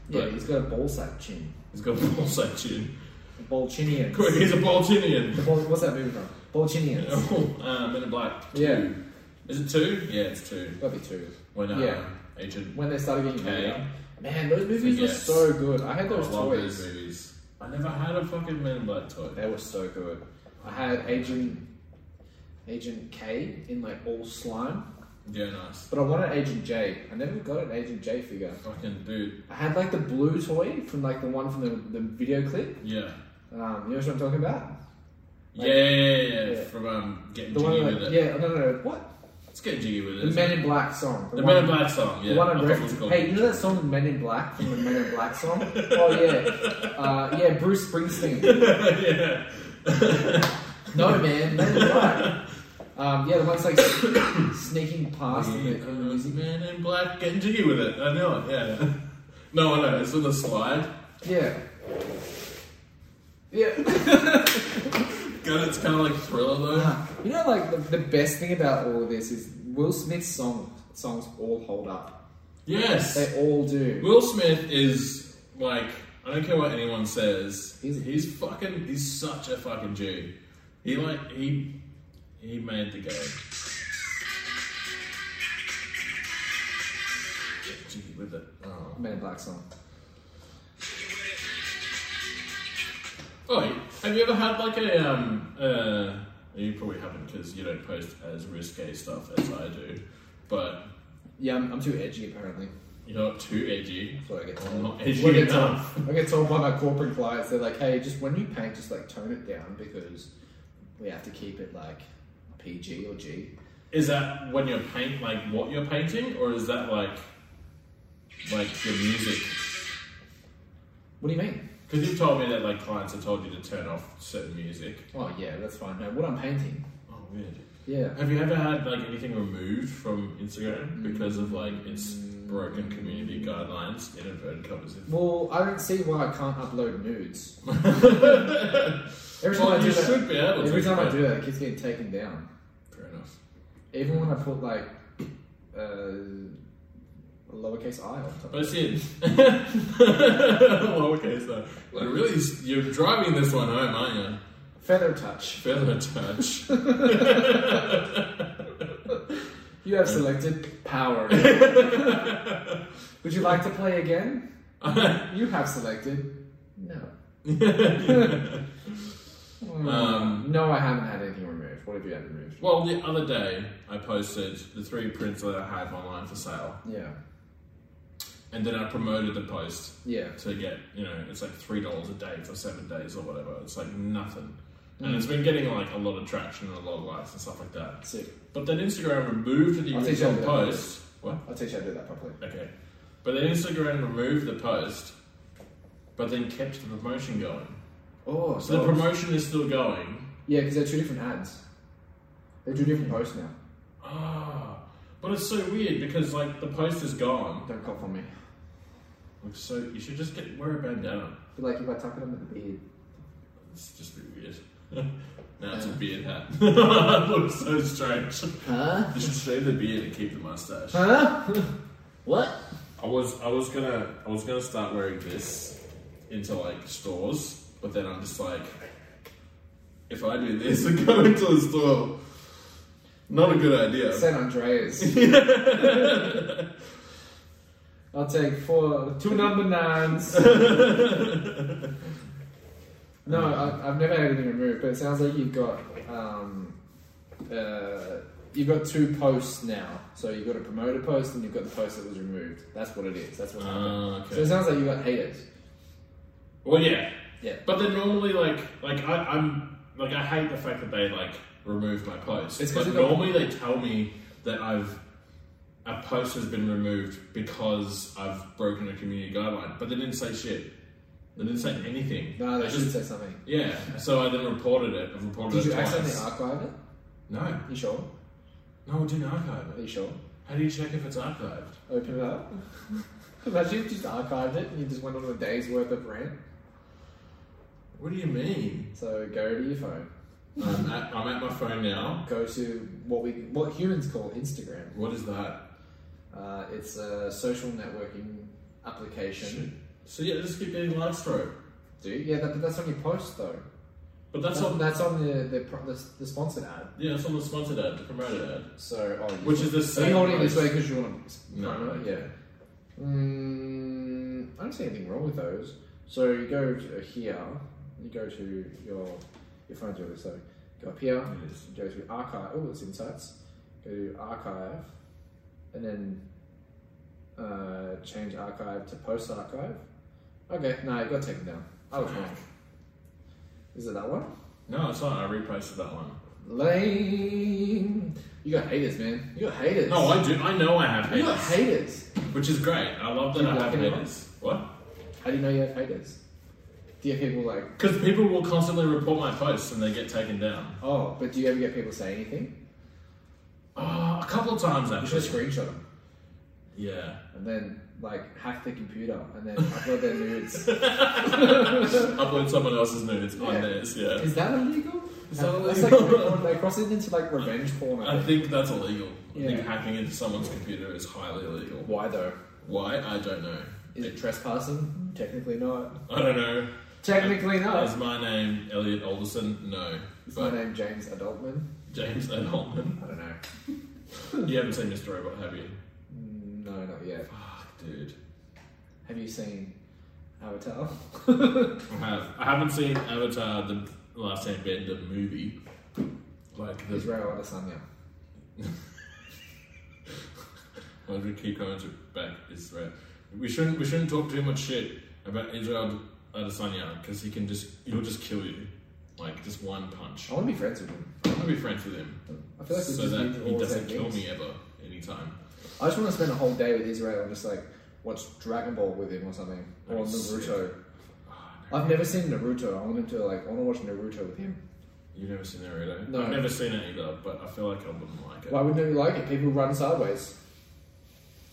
Speaker 8: Yeah, he's got a ball
Speaker 9: <laughs>
Speaker 8: sack chin.
Speaker 9: He's got a ball section.
Speaker 8: A ball chinian.
Speaker 9: Quick, he's a Boltinian.
Speaker 8: Ball, what's that movie from? Ball
Speaker 9: <laughs>
Speaker 8: chinians.
Speaker 9: Oh, uh, Men in Black. two.
Speaker 8: Yeah.
Speaker 9: Is it two? Yeah, it's two.
Speaker 8: Gotta be two.
Speaker 9: When uh,
Speaker 8: Yeah.
Speaker 9: Agent
Speaker 8: When they started getting
Speaker 9: Okay.
Speaker 8: paid. Man, those movies were
Speaker 9: Yes.
Speaker 8: so good. I had
Speaker 9: I
Speaker 8: those
Speaker 9: love
Speaker 8: toys.
Speaker 9: those movies. I never had a fucking Men in Black toy.
Speaker 8: They were so good. I had Agent Agent K in like all slime,
Speaker 9: Yeah, nice.
Speaker 8: but I wanted Agent J. I never got an Agent J figure.
Speaker 9: Fucking dude.
Speaker 8: I had like the blue toy from like the one from the, the video clip.
Speaker 9: Yeah.
Speaker 8: Um, you know what I'm talking about? Like-
Speaker 9: yeah, yeah, yeah, yeah.
Speaker 8: Yeah.
Speaker 9: From um, getting
Speaker 8: The
Speaker 9: jiggy
Speaker 8: one
Speaker 9: with it.
Speaker 8: that, yeah, no, no, no, what?
Speaker 9: Let's get jiggy with it.
Speaker 8: The Men in Black song.
Speaker 9: The
Speaker 8: one-
Speaker 9: Men in Black song. Yeah.
Speaker 8: The one
Speaker 9: I
Speaker 8: I'm
Speaker 9: thought it was
Speaker 8: referencing.
Speaker 9: called-
Speaker 8: Hey, you know that song Men in Black from the Men in Black song?
Speaker 9: <laughs>
Speaker 8: oh yeah, uh, yeah, Bruce Springsteen.
Speaker 9: <laughs> yeah.
Speaker 8: no man, Men in Black. Um, yeah, the one's like <coughs> sneaking past in the, in the
Speaker 9: Comes
Speaker 8: music.
Speaker 9: Man in Black, getting jiggy with it. I know it. Yeah. <laughs> No, I know. It's on the slide.
Speaker 8: Yeah. Yeah. <laughs>
Speaker 9: God, it's kind of like Thriller though.
Speaker 8: you know, like the, the best thing about all of this is Will Smith's song songs all hold up.
Speaker 9: Yes.
Speaker 8: They all do.
Speaker 9: Will Smith is like I don't care what anyone says.
Speaker 8: He's-
Speaker 9: He's, fucking. He's such a fucking Jew. He like he he made the game. Get jiggy with it. Oh,
Speaker 8: Men in Black song.
Speaker 9: oh he- have you ever had like a um uh? You probably haven't because you don't post as risque stuff as I do, but
Speaker 8: Yeah, I'm, I'm too edgy apparently.
Speaker 9: you're not too edgy.
Speaker 8: That's what I get
Speaker 9: I'm
Speaker 8: told.
Speaker 9: not edgy
Speaker 8: I get told,
Speaker 9: enough.
Speaker 8: I get told by my corporate clients, they're like, hey, just when you paint, just like tone it down because we have to keep it like PG or G.
Speaker 9: Is that when you're paint like what you're painting, or is that like like your music?
Speaker 8: What do you mean?
Speaker 9: Because you've told me that like clients have told you to turn off certain music.
Speaker 8: Oh yeah, that's fine. No, what I'm painting.
Speaker 9: Oh, weird.
Speaker 8: Yeah.
Speaker 9: Have you ever had like anything removed from Instagram because of like its broken community guidelines? In inverted commas.
Speaker 8: Well, I don't see why I can't upload nudes. Every time
Speaker 9: Well,
Speaker 8: I
Speaker 9: <laughs>
Speaker 8: do
Speaker 9: you
Speaker 8: that,
Speaker 9: should be able to,
Speaker 8: every time I
Speaker 9: but-
Speaker 8: do that, it keeps getting taken down.
Speaker 9: Fair enough.
Speaker 8: Even when I put like uh, a lowercase i on top.
Speaker 9: But it's <laughs> in lowercase though. Like really, s- you're driving this one home, aren't you?
Speaker 8: Feather touch.
Speaker 9: Feather touch. <laughs>
Speaker 8: You have selected <laughs> power. Would you like to play again? You have selected no.
Speaker 9: um,
Speaker 8: No, I haven't had anything removed. What have you had removed?
Speaker 9: Well, the other day I posted the three prints that I have online for sale,
Speaker 8: Yeah.
Speaker 9: and then I promoted the post
Speaker 8: Yeah.
Speaker 9: to get you know it's like three dollars a day for seven days or whatever. It's like nothing, and it's been getting like a lot of traction and a lot of likes and stuff like that.
Speaker 8: Sick.
Speaker 9: But then Instagram removed the
Speaker 8: I'll teach you
Speaker 9: original
Speaker 8: how to do that.
Speaker 9: post. What?
Speaker 8: I'll teach you how to do that properly.
Speaker 9: Okay, but then Instagram removed the post, but then kept the promotion going.
Speaker 8: Oh,
Speaker 9: So the promotion is still going.
Speaker 8: Yeah, because they're two different ads. They're two different posts now.
Speaker 9: Ah, but it's so weird because like the post is gone.
Speaker 8: Don't cough on me.
Speaker 9: Looks so. You should just get wear a bandana.
Speaker 8: But like if I tuck it under the beard.
Speaker 9: It's just be weird. <laughs> now it's a beard hat. <laughs> it looks so strange.
Speaker 8: Huh?
Speaker 9: You should shave the beard and keep the mustache.
Speaker 8: Huh? what?
Speaker 9: I was I was gonna I was gonna start wearing this into like stores, but then I'm just like, if I do this <laughs> and go into the store, not a good idea. <laughs>
Speaker 8: San Andreas. <laughs> I'll take four, two number nines. no, I, I've never had anything removed, but it sounds like you've got um, uh, you've got two posts now. So you've got a promoter post and you've got the post that was removed. That's what it is. That's what's happened.
Speaker 9: Ah, okay.
Speaker 8: So it sounds like you got haters.
Speaker 9: Well, yeah,
Speaker 8: Yeah.
Speaker 9: But then normally, like, like I, I'm like I hate the fact that they like remove my post.
Speaker 8: It's 'cause
Speaker 9: like,
Speaker 8: they don't-
Speaker 9: normally they tell me that I've a post has been removed because I've broken a community guideline, but they didn't say shit. They didn't say anything.
Speaker 8: No, they
Speaker 9: They
Speaker 8: should say something.
Speaker 9: Yeah, so I then reported it. I've reported
Speaker 8: Did
Speaker 9: it
Speaker 8: you
Speaker 9: twice.
Speaker 8: accidentally archive it?
Speaker 9: no,
Speaker 8: You sure?
Speaker 9: no, I didn't archive
Speaker 8: Are
Speaker 9: it.
Speaker 8: you sure?
Speaker 9: How do you check if it's archived?
Speaker 8: Open it up. <laughs> Imagine if you just archived it and you just went on a day's worth of rant.
Speaker 9: What do you mean?
Speaker 8: So go to your phone.
Speaker 9: I'm at, I'm at my phone now.
Speaker 8: Go to what we what humans call Instagram.
Speaker 9: What is that?
Speaker 8: Uh, it's a social networking application.
Speaker 9: So yeah, just keep getting live stroke.
Speaker 8: Do you? yeah, that, but that's on your post though.
Speaker 9: But that's
Speaker 8: That's on
Speaker 9: all.
Speaker 8: that's on the the, pro- the, the sponsored ad.
Speaker 9: Yeah, it's on the sponsored ad, the promoted ad.
Speaker 8: So oh, you-
Speaker 9: Which is the
Speaker 8: Are
Speaker 9: same
Speaker 8: you holding it this
Speaker 9: price.
Speaker 8: way because you want to?
Speaker 9: No,
Speaker 8: promote it?
Speaker 9: no.
Speaker 8: yeah. Mm, I don't see anything wrong with those. So you go to here. You go to your your phone's really slow. Go up here.
Speaker 9: Yes.
Speaker 8: Go to archive. Oh, it's insights. Go to archive, and then uh, change archive to post archive. Okay, no, it got taken down. I was wrong. Is it that one?
Speaker 9: No, it's not. I reposted that one.
Speaker 8: Lame. You got haters, man. You got haters.
Speaker 9: No, I do. I know I have
Speaker 8: You got
Speaker 9: haters,
Speaker 8: haters.
Speaker 9: which is great. I love that
Speaker 8: Do you
Speaker 9: I have
Speaker 8: block anyone?
Speaker 9: haters. What?
Speaker 8: How do you know you have haters? Do you have people like,
Speaker 9: Because people will constantly report my posts and they get taken down.
Speaker 8: oh, but do you ever get people say anything?
Speaker 9: Oh, a couple of times
Speaker 8: You should
Speaker 9: actually.
Speaker 8: screenshot them
Speaker 9: Yeah.
Speaker 8: and then like hack the computer and then upload their <laughs> nudes. Is
Speaker 9: Upload someone else's nudes
Speaker 8: Yeah.
Speaker 9: on theirs. Yeah.
Speaker 8: that illegal?
Speaker 9: Is that
Speaker 8: That's
Speaker 9: illegal?
Speaker 8: like- they cross- <laughs> they cross it into like revenge porn. I
Speaker 9: I
Speaker 8: think.
Speaker 9: think that's illegal. I think
Speaker 8: Yeah.
Speaker 9: hacking into someone's computer is highly illegal.
Speaker 8: Why though?
Speaker 9: Why? I don't know.
Speaker 8: Is it trespassing? Technically not.
Speaker 9: I don't know.
Speaker 8: Technically
Speaker 9: Is
Speaker 8: not.
Speaker 9: my name Elliot Alderson? No.
Speaker 8: Is my
Speaker 9: But
Speaker 8: name James Adultman?
Speaker 9: James N. Holman.
Speaker 8: I don't know.
Speaker 9: You haven't seen Mr. Robot, have you?
Speaker 8: No, not yet.
Speaker 9: Fuck, dude.
Speaker 8: Have you seen Avatar? <laughs>
Speaker 9: I have. I haven't seen Avatar: The Last Airbender movie. Like the
Speaker 8: Israel Adesanya.
Speaker 9: I would keep going to back Israel. We shouldn't. We shouldn't talk too much shit about Israel Adesanya because he can just. He'll just kill you. Like just one punch.
Speaker 8: I want to be friends with him.
Speaker 9: I want to be friends with him
Speaker 8: I feel like we
Speaker 9: so
Speaker 8: just
Speaker 9: that
Speaker 8: need to
Speaker 9: he
Speaker 8: all
Speaker 9: doesn't
Speaker 8: say
Speaker 9: kill
Speaker 8: things.
Speaker 9: me ever, anytime.
Speaker 8: I just want to spend a whole day with Israel and just like watch Dragon Ball with him or something, or
Speaker 9: That'd be
Speaker 8: Naruto.
Speaker 9: sick. Oh,
Speaker 8: I've never seen Naruto. I want him to like. I want to watch Naruto with him.
Speaker 9: You've never seen that, really?
Speaker 8: No.
Speaker 9: I've never seen it either, but I feel like I wouldn't like it.
Speaker 8: Why wouldn't you like it? People run sideways.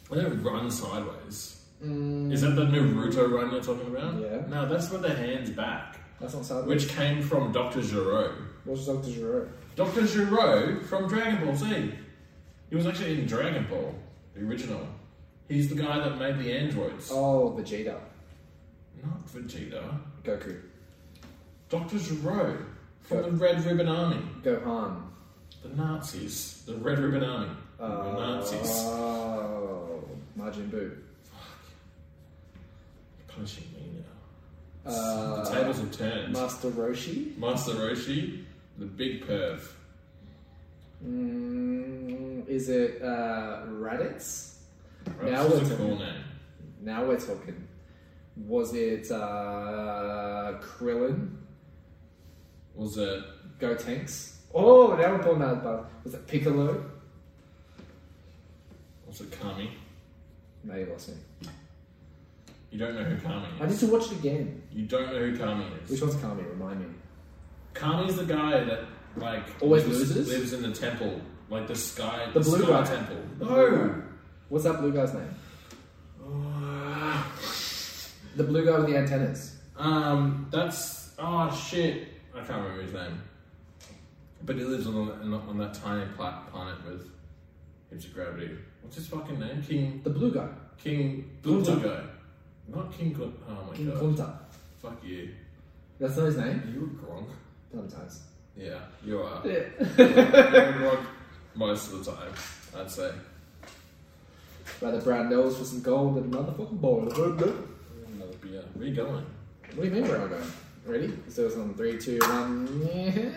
Speaker 9: They don't run sideways. Is that the Naruto run you're talking about?
Speaker 8: Mm. Yeah.
Speaker 9: No, that's with their hands back,
Speaker 8: That's not sideways.
Speaker 9: which came from Dr. Giro.
Speaker 8: Watch Doctor Giro.
Speaker 9: Dr. Giro from Dragon Ball Z. He was actually in Dragon Ball, the original. He's the guy that made the androids.
Speaker 8: Oh, Vegeta,
Speaker 9: Not Vegeta.
Speaker 8: Goku,
Speaker 9: Dr. Giro from
Speaker 8: Go-
Speaker 9: the Red Ribbon Army.
Speaker 8: Gohan.
Speaker 9: The Nazis. The Red Ribbon Army.
Speaker 8: Uh,
Speaker 9: the Nazis.
Speaker 8: Oh, Majin Buu.
Speaker 9: Punching me now. the
Speaker 8: Uh,
Speaker 9: tables have turned.
Speaker 8: Master Roshi.
Speaker 9: Master Roshi, the big perv.
Speaker 8: Mm, is it uh, Raditz? Now
Speaker 9: Now
Speaker 8: we're
Speaker 9: it's a
Speaker 8: talking.
Speaker 9: cool name.
Speaker 8: Now we're talking. Was it uh, Krillin?
Speaker 9: Was it?
Speaker 8: Go Tanks? Oh, now we're pulling out but was it Piccolo?
Speaker 9: Was it Kami?
Speaker 8: No, you lost me.
Speaker 9: You don't know who Kami
Speaker 8: I need
Speaker 9: is.
Speaker 8: to watch it again.
Speaker 9: You don't know who Kami
Speaker 8: Which
Speaker 9: is.
Speaker 8: one's Kami? Remind me.
Speaker 9: Kami's the guy that like
Speaker 8: Always
Speaker 9: lives,
Speaker 8: loses?
Speaker 9: lives in the temple, like the sky,
Speaker 8: The blue
Speaker 9: sky
Speaker 8: guy.
Speaker 9: temple.
Speaker 8: The blue guy. What's that blue guy's name? The blue guy with the antennas.
Speaker 9: Ah. Um, that's oh shit. I can't remember his name. But he lives on on, on that tiny pla- planet with heaps of gravity. What's his fucking name? King
Speaker 8: The blue guy.
Speaker 9: King Blue
Speaker 8: Kunta.
Speaker 9: guy. Not King. Kun- Oh my
Speaker 8: King
Speaker 9: god.
Speaker 8: Kunta.
Speaker 9: Fuck you.
Speaker 8: That's not his name?
Speaker 9: Are you a Gronk?
Speaker 8: Sometimes.
Speaker 9: Yeah, you are.
Speaker 8: Yeah.
Speaker 9: You're a Gronk most of the time, I'd say.
Speaker 8: Rather brown nose for some gold than a motherfucking boy. What
Speaker 9: Another beer. Where are you going?
Speaker 8: do you mean where am I going? Ready? So it's on three, two, one. Yeah.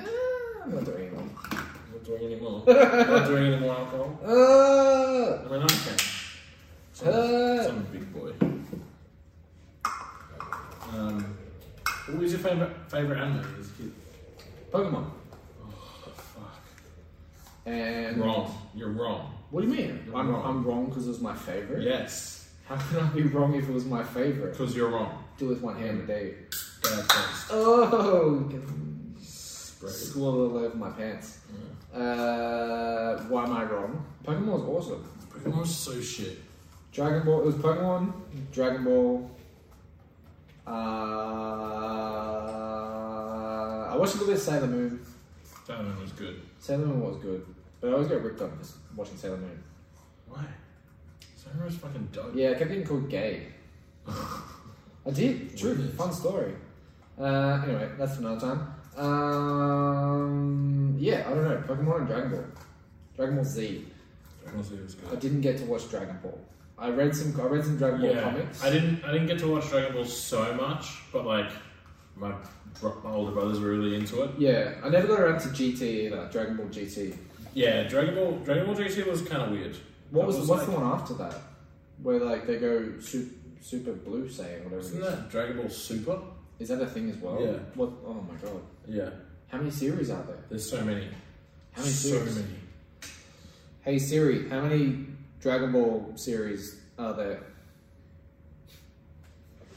Speaker 8: I'm not doing anything.
Speaker 9: What not doing any more. not doing any more alcohol.
Speaker 8: Uh,
Speaker 9: And then I can. So
Speaker 8: Uh.
Speaker 9: I'm a big boy. Um, what was your favorite favorite anime as a kid?
Speaker 8: Pokemon. Oh,
Speaker 9: Fuck.
Speaker 8: And
Speaker 9: Wrong. You're wrong.
Speaker 8: What do you mean?
Speaker 9: You're
Speaker 8: I'm
Speaker 9: wrong.
Speaker 8: I'm wrong because it was my favorite.
Speaker 9: Yes.
Speaker 8: How can I be wrong if it was my favorite?
Speaker 9: Because you're wrong.
Speaker 8: Do with one hand a day.
Speaker 9: Bad taste.
Speaker 8: Oh,
Speaker 9: Spread it.
Speaker 8: swallow all over my pants. Uh, why am I wrong? Pokemon was awesome.
Speaker 9: Pokemon's so shit.
Speaker 8: Dragon Ball. It was Pokemon, Dragon Ball. Uh, I watched a little bit of Sailor Moon.
Speaker 9: That one was good.
Speaker 8: Sailor Moon was good, but I always get ripped on just watching Sailor Moon.
Speaker 9: Why? Samurai's fucking dope.
Speaker 8: Yeah, I kept getting called gay. I did. True.
Speaker 9: Weird.
Speaker 8: Fun story. Uh, anyway, that's for another time. Um, yeah, I don't know. Pokemon and Dragon Ball. Dragon Ball Z.
Speaker 9: Honestly, it was
Speaker 8: I
Speaker 9: good.
Speaker 8: didn't get to watch Dragon Ball. I read some. I read some Dragon Ball
Speaker 9: Yeah,
Speaker 8: comics.
Speaker 9: I didn't. I didn't get to watch Dragon Ball so much, but like my bro- my older brothers were really into it.
Speaker 8: Yeah, I never got around to GT either. Dragon Ball GT.
Speaker 9: Yeah, Dragon Ball Dragon Ball GT was kind of weird.
Speaker 8: What
Speaker 9: That
Speaker 8: was, what's
Speaker 9: like-
Speaker 8: the one after that? Where like they go super, super blue saying whatever.
Speaker 9: Isn't
Speaker 8: it is.
Speaker 9: that Dragon Ball Super?
Speaker 8: Is that a thing as well?
Speaker 9: Yeah.
Speaker 8: What? Oh my god.
Speaker 9: Yeah,
Speaker 8: How many series are there?
Speaker 9: there's so many,
Speaker 8: How many
Speaker 9: so
Speaker 8: series?
Speaker 9: many.
Speaker 8: Hey Siri, how many Dragon Ball series are there?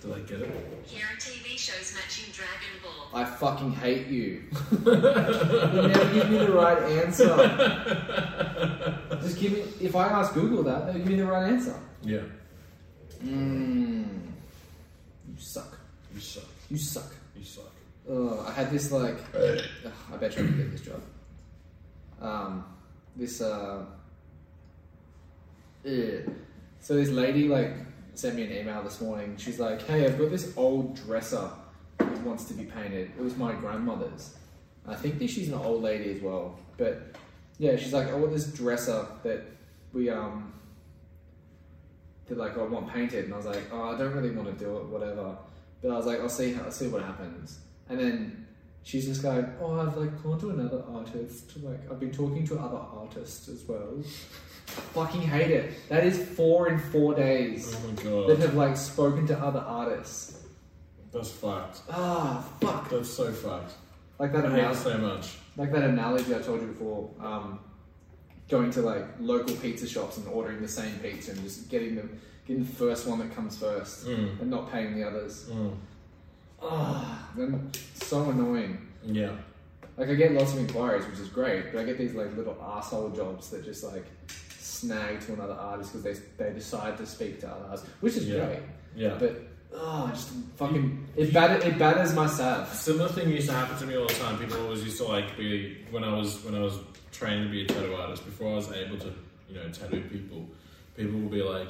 Speaker 9: Did I get it?
Speaker 10: Here are TV shows matching Dragon Ball.
Speaker 8: I fucking hate you. <laughs> you never give me the right answer. Just give me. If I ask Google that, they'll give me the right answer.
Speaker 9: Yeah,
Speaker 8: Mmm. You suck.
Speaker 9: you suck.
Speaker 8: You suck.
Speaker 9: You suck.
Speaker 8: Ugh, Oh, I had this like, Ugh, I bet you I could get this job. Um, this uh, ugh. so this lady like sent me an email this morning. She's like, "Hey, I've got this old dresser that wants to be painted. It was my grandmother's. I think that she's an old lady as well, but yeah, she's like, I want this dresser that we um that like "Oh, I want painted, and I was like, oh, I don't really want to do it, whatever. But I was like, I'll see, how, I'll see what happens. And then she's just going, oh, I've like gone to another artist. Like I've been talking to other artists as well. <laughs> Fucking hate it. That is four in four days
Speaker 9: Oh my
Speaker 8: that
Speaker 9: god,
Speaker 8: have like spoken to other artists.
Speaker 9: that's fucked.
Speaker 8: Ah, fuck.
Speaker 9: That's so fucked.
Speaker 8: Like that
Speaker 9: I hate it
Speaker 8: amount.
Speaker 9: so much.
Speaker 8: like that analogy I told you before, um, going to like local pizza shops and ordering the same pizza and just getting the getting the first one that comes first
Speaker 9: Mm.
Speaker 8: and not paying the others.
Speaker 9: Mm.
Speaker 8: Ah, then so annoying.
Speaker 9: Yeah.
Speaker 8: Like I get lots of inquiries, which is great, but I get these like little asshole jobs that just like snag to another artist because they they decide to speak to other artists, which is
Speaker 9: Yeah.
Speaker 8: great.
Speaker 9: Yeah.
Speaker 8: But oh, just fucking it batter, it batters my sav.
Speaker 9: Similar thing used to happen to me all the time. People always used to like be when I was when I was trained to be a tattoo artist. Before I was able to, you know, tattoo people, people will be like,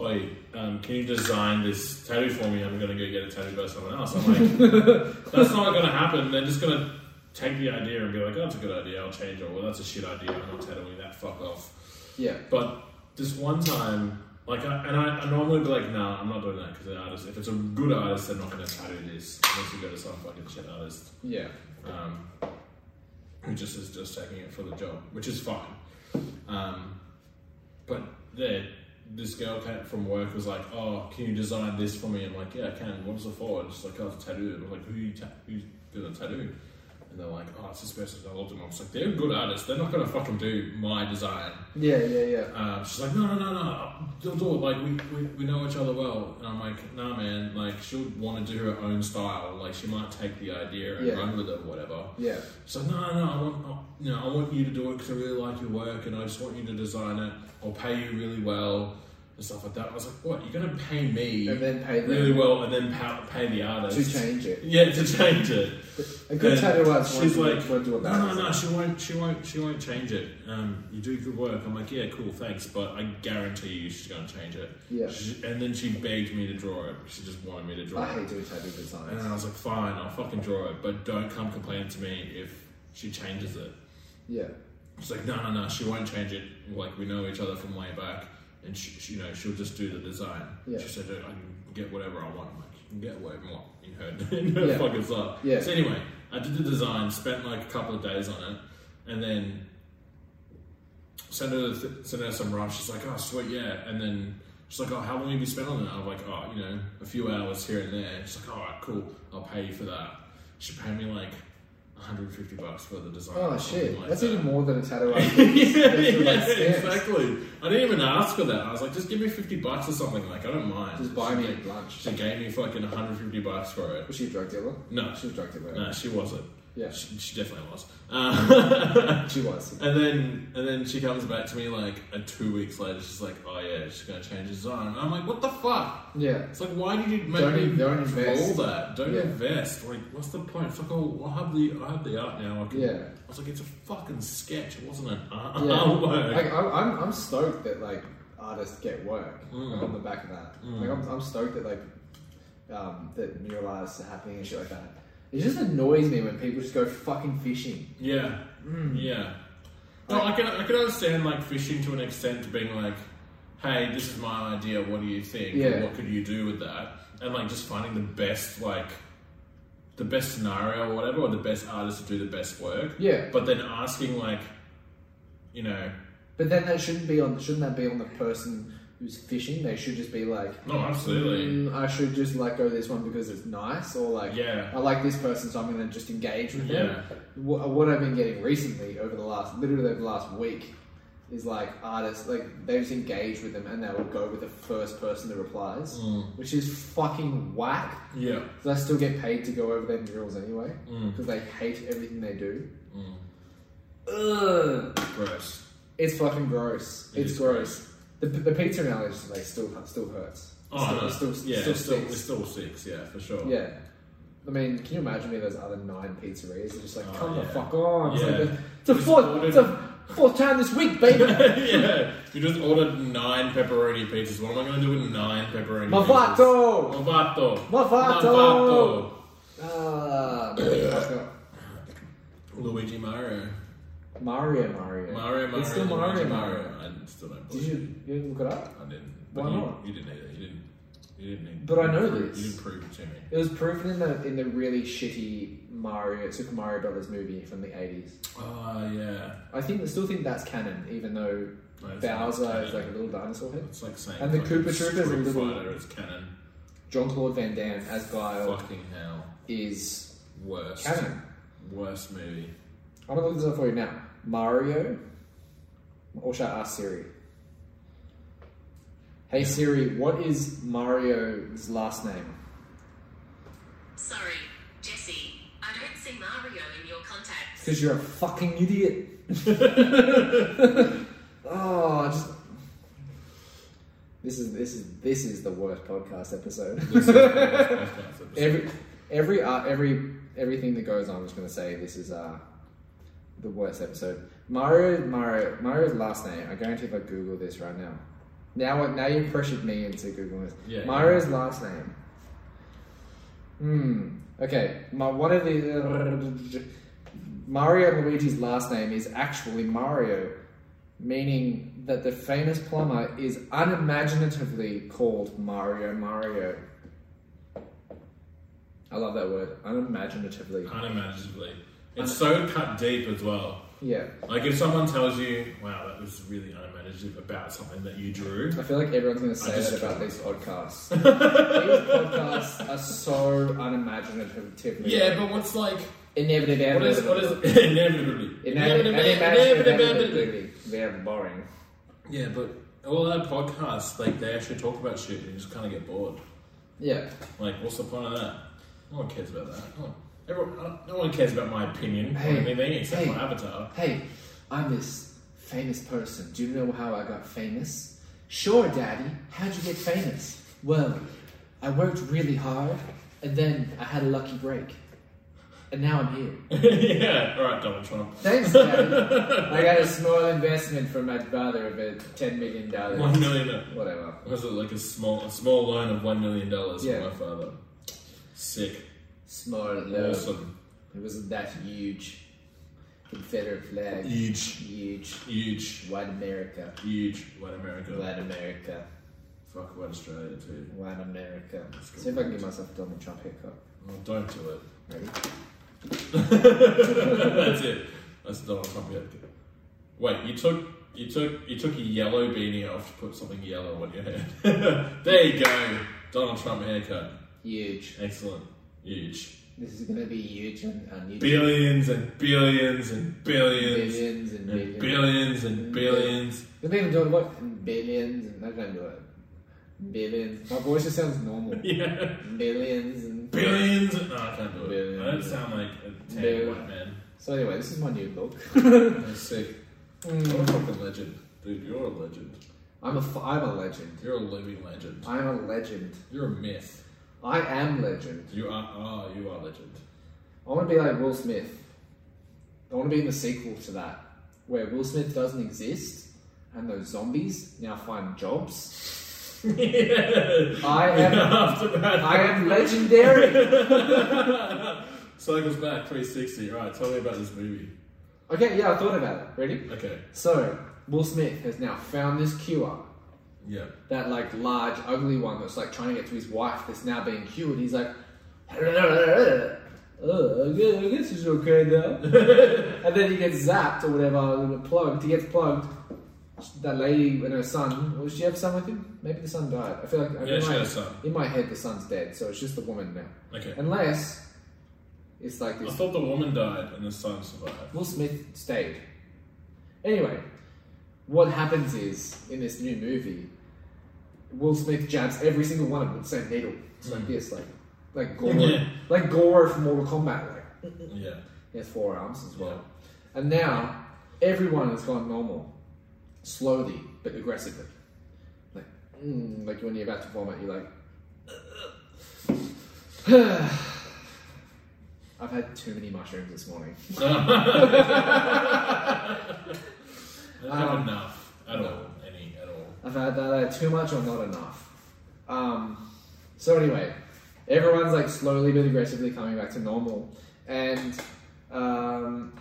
Speaker 9: "Oi, um, can you design this tattoo for me? I'm gonna go get a tattoo by someone else." I'm like, <laughs> "That's not gonna happen. They're just gonna take the idea and be like, oh, that's a good idea. I'll change it. Well, that's a shit idea. I'm not tattooing that. Fuck off.'"
Speaker 8: Yeah.
Speaker 9: But this one time, like, I, and I, I normally be like, no, nah, I'm not doing that because an artist, if it's a good artist, they're not going to tattoo this unless you go to some fucking shit artist
Speaker 8: Yeah.
Speaker 9: um, who just is just taking it for the job, which is fine. Um, but there, this girl came from work was like, "Oh, can you design this for me?" I'm like, "Yeah, I can." What is it for? And she's like, "Oh, it's a tattoo." And I'm like, "Who you ta- who's doing the tattoo?" And they're like, "Oh, it's this person." I looked at them. I was like, "They're good artists. They're not going to fucking do my design."
Speaker 8: Yeah. Yeah. Yeah.
Speaker 9: Uh, she's like, no, no, no, no, they'll do it. Like, we, we, we know each other well. And I'm like, nah, man, like, she'll want to do her own style. Like, she might take the idea and
Speaker 8: Yeah.
Speaker 9: run with it, whatever.
Speaker 8: Yeah.
Speaker 9: She's like, no, no, no, I want, I- you know, I want you to do it because I really like your work and I just want you to design it. I'll pay you really well and stuff like that. I was like, what? You're going to pay me
Speaker 8: And then pay them.
Speaker 9: really well and then pa- pay the artist?
Speaker 8: To change it.
Speaker 9: Yeah, to change it.
Speaker 8: A good
Speaker 9: And
Speaker 8: tattoo artist
Speaker 9: She's
Speaker 8: won't do-
Speaker 9: like,
Speaker 8: won't do a bad
Speaker 9: no, no, no.
Speaker 8: design."
Speaker 9: She won't. She won't. She won't change it. Um, you do good work. I'm like, yeah, cool, thanks, but I guarantee you, she's gonna change it.
Speaker 8: Yeah.
Speaker 9: She, and then she begged me to draw it. She just wanted me to draw
Speaker 8: I
Speaker 9: it.
Speaker 8: hate doing tattoo
Speaker 9: And
Speaker 8: designs.
Speaker 9: I was like, fine, I'll fucking draw it, but don't come complain to me if she changes it.
Speaker 8: Yeah.
Speaker 9: She's like, no, no, no. She won't change it. Like we know each other from way back, and she, she, you know, she'll just do the design.
Speaker 8: Yeah.
Speaker 9: She said, I can get whatever I want. I'm like, you can get whatever you want in her, <laughs> in her
Speaker 8: Yeah.
Speaker 9: fucking style.
Speaker 8: Yeah.
Speaker 9: So anyway, I did the design, spent like a couple of days on it, and then send her th- send her some rice. She's like, oh sweet, yeah. And then she's like, oh, how long have you spent on it? I'm like, oh, you know, a few hours here and there. She's like, all right, cool, I'll pay you for that. She paid me like 150 bucks for the design.
Speaker 8: Oh
Speaker 9: or something
Speaker 8: shit,
Speaker 9: like
Speaker 8: that's
Speaker 9: that.
Speaker 8: even more than a tattoo
Speaker 9: <laughs>
Speaker 8: artist.
Speaker 9: yeah,
Speaker 8: Those were, like, stamps.
Speaker 9: exactly. I didn't even ask for that. I was like, just give me 50 bucks or something. Like, I don't mind.
Speaker 8: Just buy me
Speaker 9: She gave-
Speaker 8: lunch.
Speaker 9: She gave me fucking 150 bucks for it.
Speaker 8: Was she a drug dealer?
Speaker 9: No.
Speaker 8: She was a drug dealer.
Speaker 9: No, she wasn't.
Speaker 8: Yeah.
Speaker 9: She, she definitely was. Uh, <laughs>
Speaker 8: She was.
Speaker 9: And then and then she comes back to me like uh, two weeks later. She's like, "Oh yeah, she's gonna change his zone." And I'm like, "What the fuck?" <laughs>
Speaker 8: Yeah.
Speaker 9: It's like, why did you make
Speaker 8: Don't
Speaker 9: me
Speaker 8: in- don't invest.
Speaker 9: all that? Don't
Speaker 8: Yeah.
Speaker 9: invest. Like, what's the point? It's like, oh, I have the I have the art now. I can,
Speaker 8: Yeah.
Speaker 9: I was like, it's a fucking sketch. It wasn't an art
Speaker 8: Yeah.
Speaker 9: artwork.
Speaker 8: like, I'm, I'm, I'm stoked that like artists get work
Speaker 9: Mm.
Speaker 8: like, on the back of that. Like I'm, I'm stoked that like um, that mural arts are happening and shit like that. It just annoys me when people just go fucking fishing.
Speaker 9: Yeah,
Speaker 8: Mm.
Speaker 9: yeah. No, I can I can understand like fishing to an extent, being like, "Hey, this is my idea. What do you think?
Speaker 8: Yeah.
Speaker 9: What could you do with that?" And like just finding the best like the best scenario or whatever, or the best artist to do the best work.
Speaker 8: Yeah.
Speaker 9: But then asking like, you know,
Speaker 8: But then that shouldn't be on. Shouldn't that be on the person who's fishing? They should just be like,
Speaker 9: no, absolutely.
Speaker 8: "Mm, I should just like go this one because it's nice, or like,
Speaker 9: Yeah.
Speaker 8: I like this person, so I'm going to just engage with them.
Speaker 9: Yeah.
Speaker 8: Wha- What I've been getting recently over the last, literally over the last week, is like artists like they just engage with them and they will go with the first person that replies,
Speaker 9: Mm.
Speaker 8: which is fucking whack.
Speaker 9: Yeah.
Speaker 8: So I still get paid to go over their murals anyway
Speaker 9: Mm.
Speaker 8: because they hate everything they do. Ugh.
Speaker 9: Gross.
Speaker 8: It's fucking gross.
Speaker 9: It
Speaker 8: it's
Speaker 9: is
Speaker 8: gross. The, the pizza analogy like still still hurts.
Speaker 9: Oh
Speaker 8: still,
Speaker 9: no.
Speaker 8: it still,
Speaker 9: yeah.
Speaker 8: still
Speaker 9: it's still
Speaker 8: sticks.
Speaker 9: it's still six. Yeah, for sure.
Speaker 8: yeah. I mean, can you imagine me those other nine pizzerias? They're just like,
Speaker 9: Oh,
Speaker 8: come the
Speaker 9: yeah.
Speaker 8: fuck on! It's,
Speaker 9: Yeah.
Speaker 8: like the, it's a
Speaker 9: Just
Speaker 8: fourth,
Speaker 9: ordered-
Speaker 8: it's a fourth time this week, baby.
Speaker 9: <laughs> yeah, you just ordered nine pepperoni pizzas. What am I going to do with nine pepperoni
Speaker 8: Mavato!
Speaker 9: pizzas? Mavato!
Speaker 8: Mavato!
Speaker 9: Mavato!
Speaker 8: Ah, man, fuck up.
Speaker 9: Luigi Mario.
Speaker 8: Mario, Mario,
Speaker 9: Mario Mario.
Speaker 8: It's still
Speaker 9: Luigi
Speaker 8: Mario,
Speaker 9: I still don't
Speaker 8: Did
Speaker 9: believe
Speaker 8: you you didn't look it up?
Speaker 9: I didn't.
Speaker 8: Why
Speaker 9: you,
Speaker 8: not?
Speaker 9: You didn't either. You didn't. You didn't need,
Speaker 8: But I know
Speaker 9: you didn't-
Speaker 8: this.
Speaker 9: You didn't prove it to me.
Speaker 8: It was proven in the in the really shitty Mario Super Mario Brothers movie from the eighties.
Speaker 9: Oh, yeah.
Speaker 8: I think I still think that's canon, even though
Speaker 9: No, it's not
Speaker 8: Bowser
Speaker 9: canon.
Speaker 8: is like a little dinosaur head.
Speaker 9: It's like saying.
Speaker 8: And the
Speaker 9: fucking
Speaker 8: Koopa Troopa's a
Speaker 9: Street
Speaker 8: little-
Speaker 9: Fighter is canon.
Speaker 8: John Claude Van Damme as Guile
Speaker 9: Fucking hell.
Speaker 8: is
Speaker 9: Worst.
Speaker 8: canon.
Speaker 9: Worst
Speaker 8: <laughs>
Speaker 9: movie.
Speaker 8: I'm gonna look this up for you now. Mario, or should I ask Siri? Hey Siri, what is Mario's last name?
Speaker 10: Sorry, Jesse. I don't see Mario in your contacts.
Speaker 8: Because you're a fucking idiot.
Speaker 9: <laughs>
Speaker 8: oh, I just. This is this is this is the worst podcast episode. every every uh, every everything that goes on, I'm just going to say this is uh, the worst episode. Mario Mario Mario's last name. I guarantee if I Google this right now, now now you pressured me into googling this.
Speaker 9: Yeah.
Speaker 8: Mario's last name. Hmm. Okay. My one of the Mario and Luigi's last name is actually Mario, meaning that the famous plumber is unimaginatively called Mario Mario. I love that word, unimaginatively.
Speaker 9: Unimaginatively. It's so cut deep as well.
Speaker 8: Yeah.
Speaker 9: Like if someone tells you, "Wow, that was really unimaginative about something that you drew,"
Speaker 8: I feel like everyone's going to say
Speaker 9: just-
Speaker 8: that about
Speaker 9: <laughs>
Speaker 8: these podcasts. these podcasts are so unimaginatively.
Speaker 9: yeah, but what's like
Speaker 8: inevitably.
Speaker 9: what is what is <laughs> inevitably
Speaker 8: Inevitably,
Speaker 9: inevitably
Speaker 8: They're boring.
Speaker 9: yeah, but all our podcasts like they actually talk about shit and you just kind of get bored.
Speaker 8: Yeah.
Speaker 9: Like, what's the point of that? No one cares about that. No, everyone, uh, no one cares about my opinion or
Speaker 8: Hey,
Speaker 9: anything except
Speaker 8: hey.
Speaker 9: my avatar. <laughs>
Speaker 8: Hey, I'm this famous person. Do you know how I got famous? Sure, Daddy. How'd you get famous? Well, I worked really hard, and then I had a lucky break. And now I'm here.
Speaker 9: yeah, all right, Donald Trump.
Speaker 8: Thanks, Daddy. I got a small investment from my father of a $10 million.
Speaker 9: One million.
Speaker 8: Whatever.
Speaker 9: Was it like a small a small loan of one million dollars
Speaker 8: Yeah.
Speaker 9: from my father? Sick.
Speaker 8: Small loan.
Speaker 9: Awesome.
Speaker 8: It wasn't that huge. Confederate flag.
Speaker 9: Huge.
Speaker 8: Huge.
Speaker 9: Huge.
Speaker 8: White America.
Speaker 9: Huge. White America.
Speaker 8: White America.
Speaker 9: Fuck white Australia too.
Speaker 8: White America. See if I can give myself a Donald Trump haircut.
Speaker 9: Well, Oh, don't do it.
Speaker 8: Ready?
Speaker 9: <laughs> That's it. That's Donald Trump. yeah. Wait, you took you took you took a yellow beanie off to put something yellow on your head. <laughs> there you go. Donald Trump haircut.
Speaker 8: Huge.
Speaker 9: Excellent. Huge.
Speaker 8: This is going to be huge on, on YouTube.
Speaker 9: Billions and billions and billions
Speaker 8: Billions
Speaker 9: and
Speaker 8: and billions.
Speaker 9: billions and billions.
Speaker 8: They don't even do it. What? And billions. And I can't do it. Billions. My voice just sounds normal.
Speaker 9: <laughs> Yeah.
Speaker 8: Billions. And
Speaker 9: Billions. No, I can't do it. I don't
Speaker 8: Billions.
Speaker 9: sound like a tan
Speaker 8: Billions.
Speaker 9: white man.
Speaker 8: So anyway, this is my new
Speaker 9: <laughs>
Speaker 8: look.
Speaker 9: That's sick. You're a fucking legend, dude. You're a legend.
Speaker 8: I'm a, f- I'm a legend.
Speaker 9: You're a living legend.
Speaker 8: I'm a legend.
Speaker 9: You're a myth.
Speaker 8: I am legend.
Speaker 9: You are. Oh, you are legend.
Speaker 8: I want to be like Will Smith. I want to be in the sequel to that, where Will Smith doesn't exist and those zombies now find jobs. <laughs> I am,
Speaker 9: <laughs> After that,
Speaker 8: I am legendary.
Speaker 9: <laughs> Cycles back 360. Right, tell me about this movie.
Speaker 8: Okay, yeah, I thought about it. Ready?
Speaker 9: Okay.
Speaker 8: So Will Smith has now found this cure,
Speaker 9: Yeah.
Speaker 8: that like large, ugly one that's like trying to get to his wife that's now being cured. He's like, oh, I guess- I guess it's okay now. <laughs> and then he gets zapped or whatever, plugged. He gets plugged. That lady and her son. Was she have a son with him? Maybe the son died. I feel like
Speaker 9: Yeah,
Speaker 8: in,
Speaker 9: she
Speaker 8: my,
Speaker 9: had a son.
Speaker 8: in my head the son's dead, so it's just the woman now.
Speaker 9: Okay.
Speaker 8: Unless it's like
Speaker 9: I
Speaker 8: this
Speaker 9: thought the woman died and the son survived.
Speaker 8: Will Smith stayed. Anyway, what happens is in this new movie, Will Smith jabs every single one of them with the same needle. It's like this, like like Goro,
Speaker 9: Yeah.
Speaker 8: like Goro from Mortal Kombat. Like
Speaker 9: Yeah.
Speaker 8: he has four arms as well, and now everyone has gone normal, slowly but aggressively. Like, mm, like when you're about to vomit, you're like. <sighs> I've had too many mushrooms this morning.
Speaker 9: I don't have
Speaker 8: Um,
Speaker 9: enough at all. Any at all. <laughs>
Speaker 8: I've had that uh, too much or not enough. Um, so anyway, everyone's like slowly but aggressively coming back to normal, and um,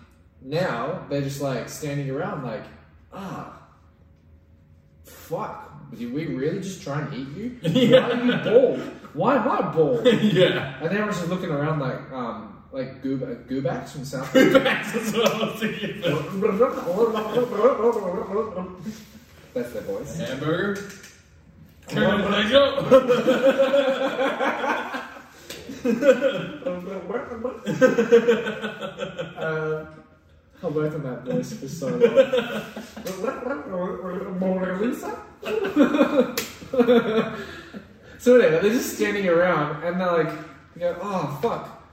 Speaker 8: now they're just like standing around like, ah, fuck, did we really just try and eat you? Why are you bald? Why am I bald? And
Speaker 9: yeah.
Speaker 8: everyone's just looking around like, um, like Goob- Goobax from South.
Speaker 9: <laughs> That's what I was thinking about.
Speaker 8: That's their voice.
Speaker 9: Hamburger. Turn it back up.
Speaker 8: <laughs> <laughs> uh, I'll work Uh, on that voice for so <laughs> long. Mona Lisa? so anyway, they're just standing around and they're like, you know, oh fuck.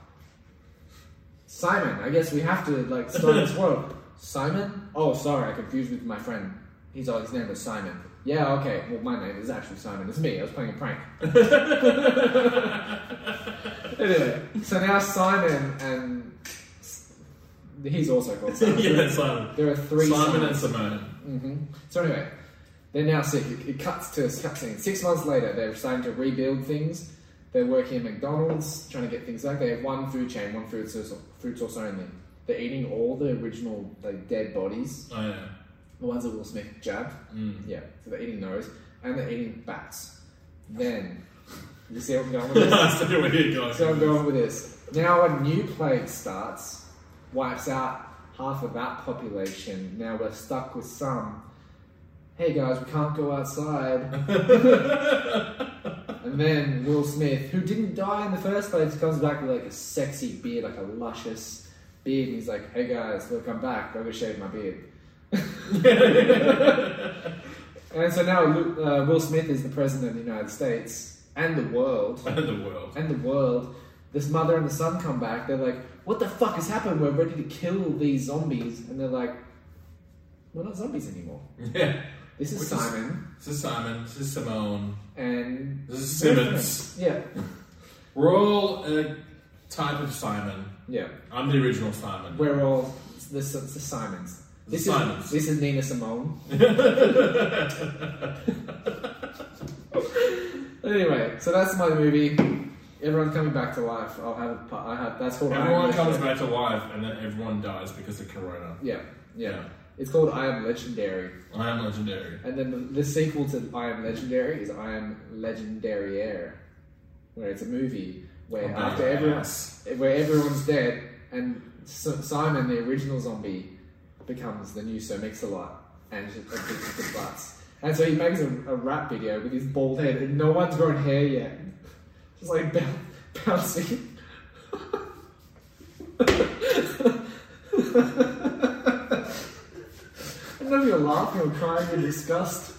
Speaker 8: Simon, I guess we have to like start this world. Simon? Oh, sorry, I confused with my friend. He's oh, his name was Simon. Yeah, okay. Well, my name is actually Simon. It's me. I was playing a prank. <laughs> anyway, so now Simon and he's also called
Speaker 9: <laughs> <laughs>
Speaker 8: Simon.
Speaker 9: yeah, Simon.
Speaker 8: There are three
Speaker 9: Simon
Speaker 8: Simons.
Speaker 9: and Simone.
Speaker 8: So anyway, they're now sick. It, it cuts to a cutscene. Six months later, they're starting to rebuild things. They're working at McDonald's, trying to get things like they have one food chain, one food source, food source only. They're eating all the original like dead bodies,
Speaker 9: Oh yeah.
Speaker 8: the ones that Will Smith jabbed. Yeah, so they're eating those, and they're eating bats. Then, you see what I'm going with
Speaker 9: <laughs>
Speaker 8: this?
Speaker 9: I see where you're going.
Speaker 8: So I'm going with this. Now a new plague starts, wipes out half of that population. Now we're stuck with some. Hey guys, we can't go outside. and then Will Smith, who didn't die in the first place, comes back with like a sexy beard, like a luscious beard, and he's like, "Hey guys, look, I'm back. I'm gonna shave my beard." and so now Lu- uh, Will Smith is the president of the United States and the world
Speaker 9: And the world.
Speaker 8: and the world. This mother and the son come back. They're like, "What the fuck has happened? We're ready to kill these zombies." And they're like, "We're not zombies anymore.
Speaker 9: Yeah.
Speaker 8: This is
Speaker 9: Which is-
Speaker 8: Simon
Speaker 9: This is Simon. This is Simone.
Speaker 8: and
Speaker 9: This is Simmons.
Speaker 8: yeah,
Speaker 9: We're all a type of Simon.
Speaker 8: yeah.
Speaker 9: I'm the original Simon.
Speaker 8: We're all the, S- the Simons. This
Speaker 9: Simons.
Speaker 8: is this is Nina Simone. anyway, so that's my movie. Everyone's coming back to life. I'll have. a pa- I have. That's called. I Am
Speaker 9: everyone
Speaker 8: Legendary.
Speaker 9: comes back to life and then everyone dies because of Corona.
Speaker 8: Yeah, yeah,
Speaker 9: Yeah.
Speaker 8: It's called I Am Legendary.
Speaker 9: I am legendary.
Speaker 8: And then the, the sequel to I Am Legendary is I Am Legendary Air, where it's a movie where
Speaker 9: About
Speaker 8: after
Speaker 9: your
Speaker 8: everyone,
Speaker 9: ass.
Speaker 8: where everyone's dead and S- Simon, the original zombie, becomes the new Sir Mix-a-Lot. and just a bit of the butts. And so he makes a, a rap video with his bald head, and no one's grown hair yet. Just like boun- <laughs> bouncing. I don't know if you're laughing or crying in disgust.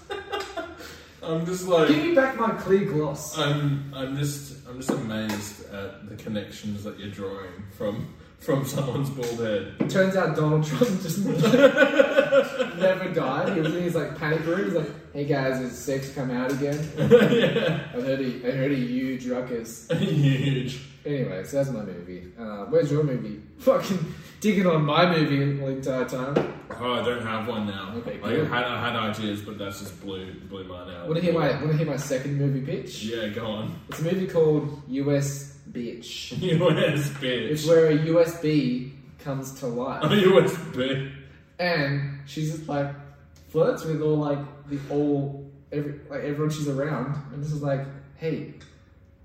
Speaker 9: I'm just like
Speaker 8: Give me back my clear gloss.
Speaker 9: I'm I'm just I'm just amazed at the connections that you're drawing from from someone's bald head.
Speaker 8: Turns out Donald Trump <laughs> just never died. He was in his like panic room. He's like, "Hey guys, is sex come out again?"
Speaker 9: <laughs> yeah.
Speaker 8: I heard a, I heard a huge ruckus.
Speaker 9: Huge.
Speaker 8: Anyway, so that's my movie. Uh, where's your movie? <laughs> Fucking digging on my movie all the entire time.
Speaker 9: Oh, I don't have one now.
Speaker 8: Okay,
Speaker 9: like, I
Speaker 8: good.
Speaker 9: had I had ideas, but that's just blew blew mine out.
Speaker 8: Want to hear my Want to hear my second movie pitch?
Speaker 9: Yeah, go on. <laughs>
Speaker 8: It's a movie called U.S. Bitch.
Speaker 9: US
Speaker 8: It's
Speaker 9: bitch.
Speaker 8: where a USB comes to life.
Speaker 9: US bitch.
Speaker 8: and she's just like flirts with all like the all every like everyone she's around, and this is like, hey,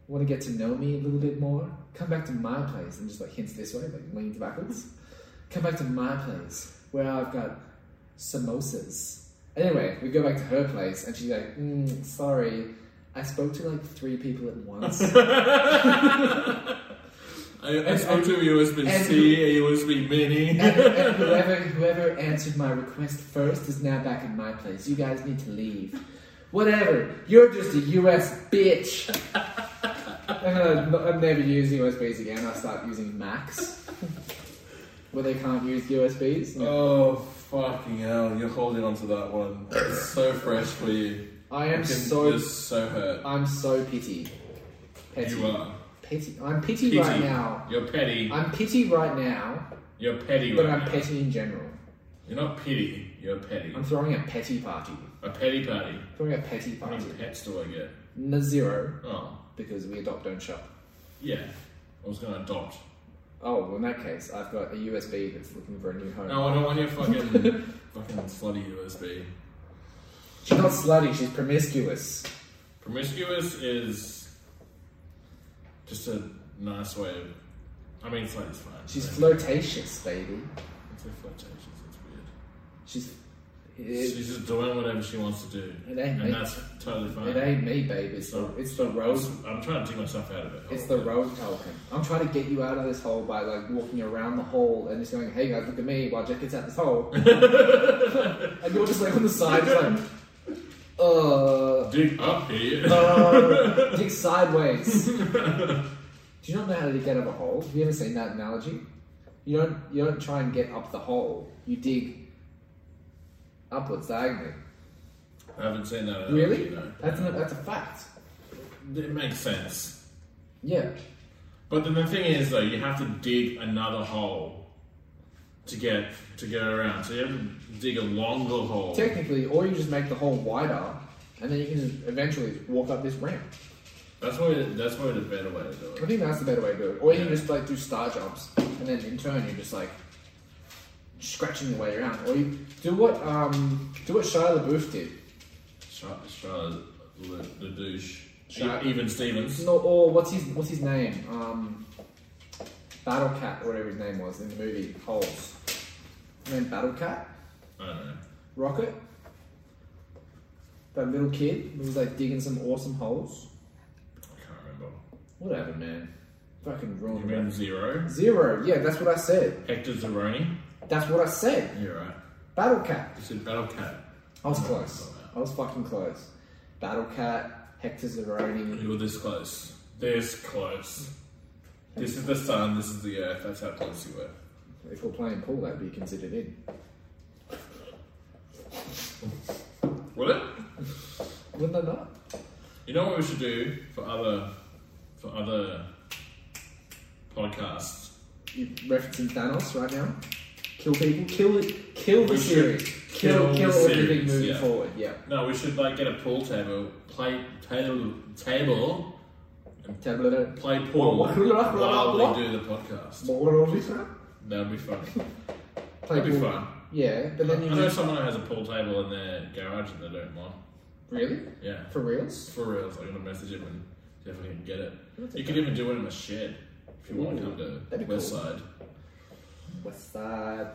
Speaker 8: want to get to know me a little bit more? Come back to my place, and just like hints this way, like leans backwards. Come back to my place where I've got samosas. Anyway, we go back to her place, and she's like, mm, sorry. I spoke to like three people at once.
Speaker 9: I, I spoke to a USB
Speaker 8: and-
Speaker 9: C, a USB
Speaker 8: and,
Speaker 9: mini.
Speaker 8: and whoever whoever answered my request first is now back in my place. You guys need to leave. Whatever. You're just a US bitch. and uh, I never use USBs again. I start using Macs, where they can't use USBs.
Speaker 9: Oh fucking hell! You're holding on to that one. It's so fresh for you.
Speaker 8: I am
Speaker 9: Fucking
Speaker 8: so
Speaker 9: just so hurt.
Speaker 8: I'm so pity. Petty.
Speaker 9: You are
Speaker 8: Petty. I'm pity,
Speaker 9: petty.
Speaker 8: right now.
Speaker 9: You're petty.
Speaker 8: I'm pity right now,
Speaker 9: You're petty.
Speaker 8: but
Speaker 9: right
Speaker 8: I'm
Speaker 9: now.
Speaker 8: petty in general.
Speaker 9: You're not petty. You're petty.
Speaker 8: I'm throwing a petty party.
Speaker 9: A petty party.
Speaker 8: throwing a petty
Speaker 9: How
Speaker 8: party.
Speaker 9: many pets do I get?
Speaker 8: N- Zero.
Speaker 9: Oh,
Speaker 8: because we adopt don't shop.
Speaker 9: yeah. I was gonna adopt.
Speaker 8: Oh, well, in that case, I've got a USB that's looking for a new home.
Speaker 9: No, I don't want your
Speaker 8: <laughs>
Speaker 9: fucking fucking slutty USB.
Speaker 8: She's not slutty, she's promiscuous.
Speaker 9: Promiscuous is just a nice way of. I mean, slut is fine.
Speaker 8: She's
Speaker 9: Like,
Speaker 8: flirtatious, baby.
Speaker 9: It's a flirtatious. It's weird.
Speaker 8: She's. It,
Speaker 9: She's just doing whatever she wants to do,
Speaker 8: It ain't me.
Speaker 9: and that's totally fine.
Speaker 8: it ain't me, babe. It's the,
Speaker 9: So-
Speaker 8: it's the road.
Speaker 9: I'm trying to dig myself out of it.
Speaker 8: It's the road token. I'm trying to get you out of this hole by like walking around the hole and just going, "Hey guys, look at me!" While Jack gets out
Speaker 9: <laughs>
Speaker 8: this hole, and you're just like on the side, just like,
Speaker 9: <laughs>
Speaker 8: uh,
Speaker 9: Dig up
Speaker 8: <laughs>
Speaker 9: here.
Speaker 8: Uh,
Speaker 9: <laughs>
Speaker 8: dig sideways. Do you not know how to get out of a hole? Have you ever seen that analogy? You don't you don't try and get up the hole. You dig upwards diagonally.
Speaker 9: I haven't seen that. analogy,
Speaker 8: Really?
Speaker 9: No.
Speaker 8: That's an, that's a fact.
Speaker 9: It makes sense.
Speaker 8: Yeah.
Speaker 9: But then the thing is, though, you have to dig another hole to get to get around. So you have to dig a longer hole.
Speaker 8: Technically, or you just make the hole wider, and then you can just eventually walk up this ramp.
Speaker 9: That's probably that's probably the better way to do
Speaker 8: I
Speaker 9: it.
Speaker 8: think that's the better way to do it. Or you can
Speaker 9: Yeah.
Speaker 8: just like do star jumps, and then in turn you're just like scratching your way around. Or you do what um do what Shia LaBeouf did.
Speaker 9: Shut the the douche.
Speaker 8: Shut-
Speaker 9: E-, Even Stevens.
Speaker 8: No, or what's his what's his name? Um, Battle Cat, or whatever his name was in the movie Holes. And then Battle Cat,
Speaker 9: I don't know.
Speaker 8: Rocket, that little kid who was like digging some awesome holes.
Speaker 9: I can't remember.
Speaker 8: Whatever, man. Fucking
Speaker 9: You
Speaker 8: ruined
Speaker 9: mean
Speaker 8: it.
Speaker 9: zero?
Speaker 8: Zero. Yeah, that's what I said.
Speaker 9: Hector Zeroni.
Speaker 8: That's what I said.
Speaker 9: You're right.
Speaker 8: Battle Cat.
Speaker 9: You said Battle Cat.
Speaker 8: I was close. I was fucking close. Battle Cat, Hector Zeroni.
Speaker 9: You were this close. This close. This is the sun, this is the earth, that's how close you were.
Speaker 8: If we're playing pool, that'd be considered in.
Speaker 9: Would it?
Speaker 8: Wouldn't that not?
Speaker 9: You know what we should do for other for other podcasts?
Speaker 8: you referencing Thanos right now. Kill people, kill it, kill the
Speaker 9: We
Speaker 8: series,
Speaker 9: should
Speaker 8: kill
Speaker 9: kill
Speaker 8: kill
Speaker 9: the
Speaker 8: everything
Speaker 9: series,
Speaker 8: moving
Speaker 9: yeah.
Speaker 8: forward. Yeah,
Speaker 9: No, we should like get a pool table, play table table,
Speaker 8: tablet.
Speaker 9: play pool
Speaker 8: What- what-
Speaker 9: while
Speaker 8: what-
Speaker 9: we do the podcast.
Speaker 8: What all this?
Speaker 9: That would be fun.
Speaker 8: Play
Speaker 9: That'd be
Speaker 8: ball.
Speaker 9: fun.
Speaker 8: Yeah, but
Speaker 9: I
Speaker 8: then you
Speaker 9: know
Speaker 8: just,
Speaker 9: someone who has a pool table in their garage and they don't mind.
Speaker 8: really
Speaker 9: Yeah.
Speaker 8: for reals.
Speaker 9: For real, I'm gonna message him and see if I can get it. You could even do it in a shed if you want
Speaker 8: Ooh,
Speaker 9: to come to
Speaker 8: that'd be
Speaker 9: West
Speaker 8: cool.
Speaker 9: Side.
Speaker 8: West Side.